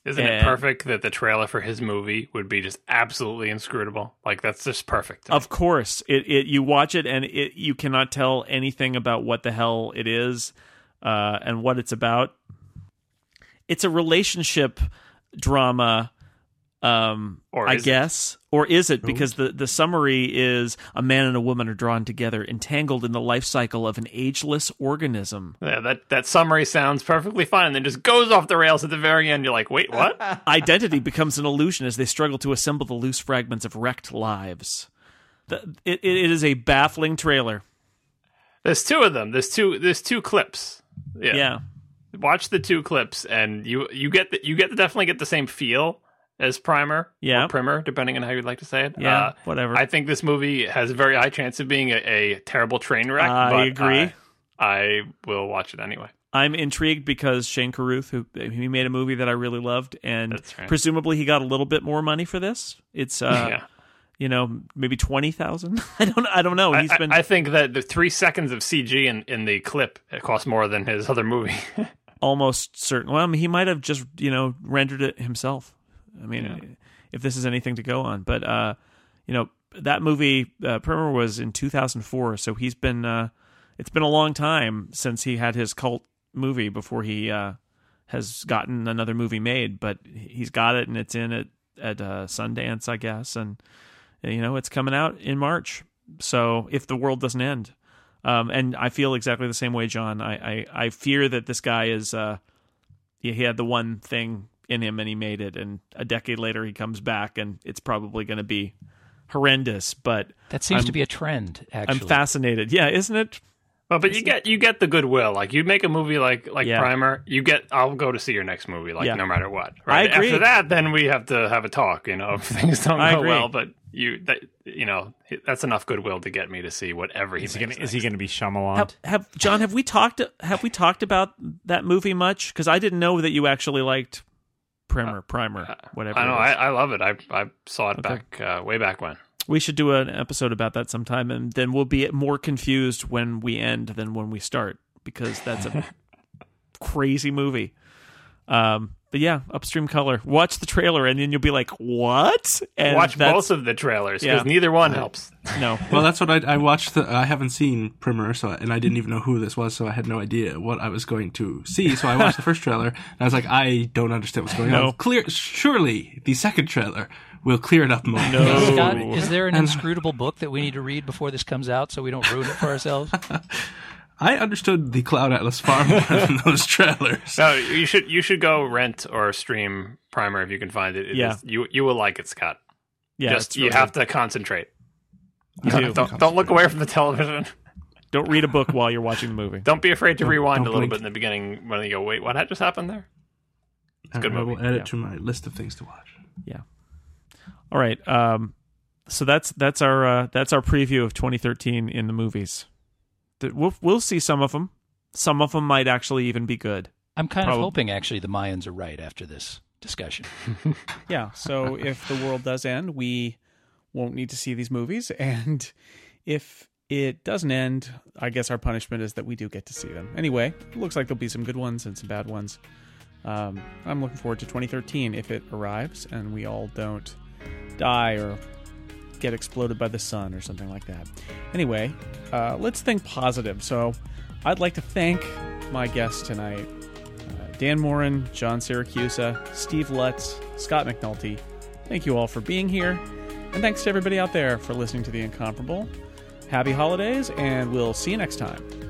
[SPEAKER 6] Isn't it
[SPEAKER 2] And-
[SPEAKER 6] perfect that the trailer for his movie would be just absolutely inscrutable? Like that's just perfect. to me.
[SPEAKER 2] Of course, it, it you watch it and it you cannot tell anything about what the hell it is uh, and what it's about. It's a relationship drama, um,
[SPEAKER 6] Or
[SPEAKER 2] I
[SPEAKER 6] is it?
[SPEAKER 2] guess, or is it? Because the the summary is a man and a woman are drawn together, entangled in the life cycle of an ageless organism.
[SPEAKER 6] yeah, that that summary sounds perfectly fine, and then just goes off the rails at the very end. You're like, wait, what?
[SPEAKER 2] Identity becomes an illusion as they struggle to assemble the loose fragments of wrecked lives. The, it, it is a baffling trailer.
[SPEAKER 6] there's two of them. There's two. There's two clips. Yeah.
[SPEAKER 2] yeah.
[SPEAKER 6] Watch the two clips, and you you get the, you get definitely get the same feel as Primer.
[SPEAKER 2] Yeah.
[SPEAKER 6] Or Primer, depending on how you'd like to say it.
[SPEAKER 2] Yeah,
[SPEAKER 6] Uh,
[SPEAKER 2] whatever.
[SPEAKER 6] I think this movie has a very high chance of being a, a terrible train wreck.
[SPEAKER 2] I
[SPEAKER 6] but
[SPEAKER 2] agree.
[SPEAKER 6] I, I will watch it anyway.
[SPEAKER 2] I'm intrigued because Shane Carruth, who he made a movie that I really loved, and
[SPEAKER 6] That's right.
[SPEAKER 2] presumably he got a little bit more money for this. It's uh,
[SPEAKER 6] yeah.
[SPEAKER 2] you know, maybe twenty thousand. I don't. I don't know.
[SPEAKER 6] I,
[SPEAKER 2] He's
[SPEAKER 6] I-
[SPEAKER 2] been
[SPEAKER 6] I think that the three seconds of CG in, in the clip cost more than his other movie.
[SPEAKER 2] almost certain. Well, I mean, he might have just you know rendered it himself. I mean, if this is anything to go on, but uh, you know that movie uh, Primer was in 2004, so he's been uh, it's been a long time since he had his cult movie before he uh, has gotten another movie made. But he's got it, and it's in at at uh, Sundance, I guess, and you know it's coming out in March. So if the world doesn't end, um, and I feel exactly the same way, John. I, I, I fear that this guy is uh, he, he had the one thing in him and he made it, and a decade later he comes back and it's probably going to be horrendous. But
[SPEAKER 4] That seems
[SPEAKER 2] I'm-
[SPEAKER 4] to be a trend,
[SPEAKER 2] I'm
[SPEAKER 4] actually.
[SPEAKER 2] fascinated. Yeah, isn't it?
[SPEAKER 6] well, but you get you get the goodwill. Like you make a movie like like
[SPEAKER 2] Yeah.
[SPEAKER 6] Primer, you get I'll go to see your next movie. Like
[SPEAKER 2] Yeah.
[SPEAKER 6] no matter what.
[SPEAKER 2] I
[SPEAKER 6] Right
[SPEAKER 2] agree.
[SPEAKER 6] after that, then we have to have a talk. You know, if things don't
[SPEAKER 2] I
[SPEAKER 6] go
[SPEAKER 2] agree.
[SPEAKER 6] well, but you that you know that's enough goodwill to get me to see whatever he
[SPEAKER 1] Is he
[SPEAKER 6] makes
[SPEAKER 1] gonna is he
[SPEAKER 6] next.
[SPEAKER 1] gonna be Shyamalan?
[SPEAKER 2] Have, have John? Have we talked? Have we talked about that movie much? Because I didn't know that you actually liked Primer, Primer, whatever.
[SPEAKER 6] Uh, I know.
[SPEAKER 2] it is.
[SPEAKER 6] I, I love it. I I saw it back uh, way back when.
[SPEAKER 2] We should do an episode about that sometime, and then we'll be more confused when we end than when we start because that's a crazy movie. Um, but yeah, Upstream Color. Watch the trailer, and then you'll be like, "What?" And
[SPEAKER 6] Watch
[SPEAKER 2] that's-
[SPEAKER 6] both of the trailers
[SPEAKER 2] Yeah.
[SPEAKER 6] because neither one helps.
[SPEAKER 2] No,
[SPEAKER 3] Well, that's what I, I watched. The, I haven't seen Primer, so and I didn't even know who this was, so I had no idea what I was going to see. So I watched the first trailer, and I was like, I don't understand what's going
[SPEAKER 2] No.
[SPEAKER 3] on. Clear, surely the second trailer will clear it up more.
[SPEAKER 2] No.
[SPEAKER 4] Scott,
[SPEAKER 3] Oh.
[SPEAKER 4] is there an inscrutable book that we need to read before this comes out so we don't ruin it for ourselves?
[SPEAKER 3] I understood the Cloud Atlas far more than those trailers.
[SPEAKER 6] No, you should you should go rent or stream Primer if you can find it. It
[SPEAKER 2] Yeah.
[SPEAKER 6] is- you you will like it, Scott.
[SPEAKER 2] yeah,
[SPEAKER 6] Just
[SPEAKER 2] it's
[SPEAKER 6] you
[SPEAKER 2] really-
[SPEAKER 6] have to concentrate.
[SPEAKER 2] do.
[SPEAKER 6] Don't, don't look away from the television.
[SPEAKER 2] don't read a book while you're watching the movie.
[SPEAKER 6] Don't be afraid to rewind
[SPEAKER 3] don't
[SPEAKER 6] a little
[SPEAKER 3] blink.
[SPEAKER 6] bit in the beginning when you go, wait, what had just happened there?
[SPEAKER 3] And
[SPEAKER 6] good
[SPEAKER 3] I will
[SPEAKER 6] movie,
[SPEAKER 3] add
[SPEAKER 2] yeah.
[SPEAKER 3] it to my list of things to watch.
[SPEAKER 2] All right, um, so that's that's our uh, that's our preview of 2013 in the movies. Th- We'll we'll see some of them. Some of them might actually even be good.
[SPEAKER 4] I'm kind
[SPEAKER 2] Probab-
[SPEAKER 4] of hoping, actually, the Mayans are right after this discussion.
[SPEAKER 2] Yeah. So if the world does end, we won't need to see these movies. And if it doesn't end, I guess our punishment is that we do get to see them. Anyway, it looks like there'll be some good ones and some bad ones. Um, I'm looking forward to 2013 if it arrives and we all don't die or get exploded by the sun or something like that. Anyway, uh, let's think positive. So I'd like to thank my guests tonight, Dan Morin, John Syracusa, Steve Lutz, Scott McNulty. Thank you all for being here. And thanks to everybody out there for listening to The Incomparable. Happy holidays, and we'll see you next time.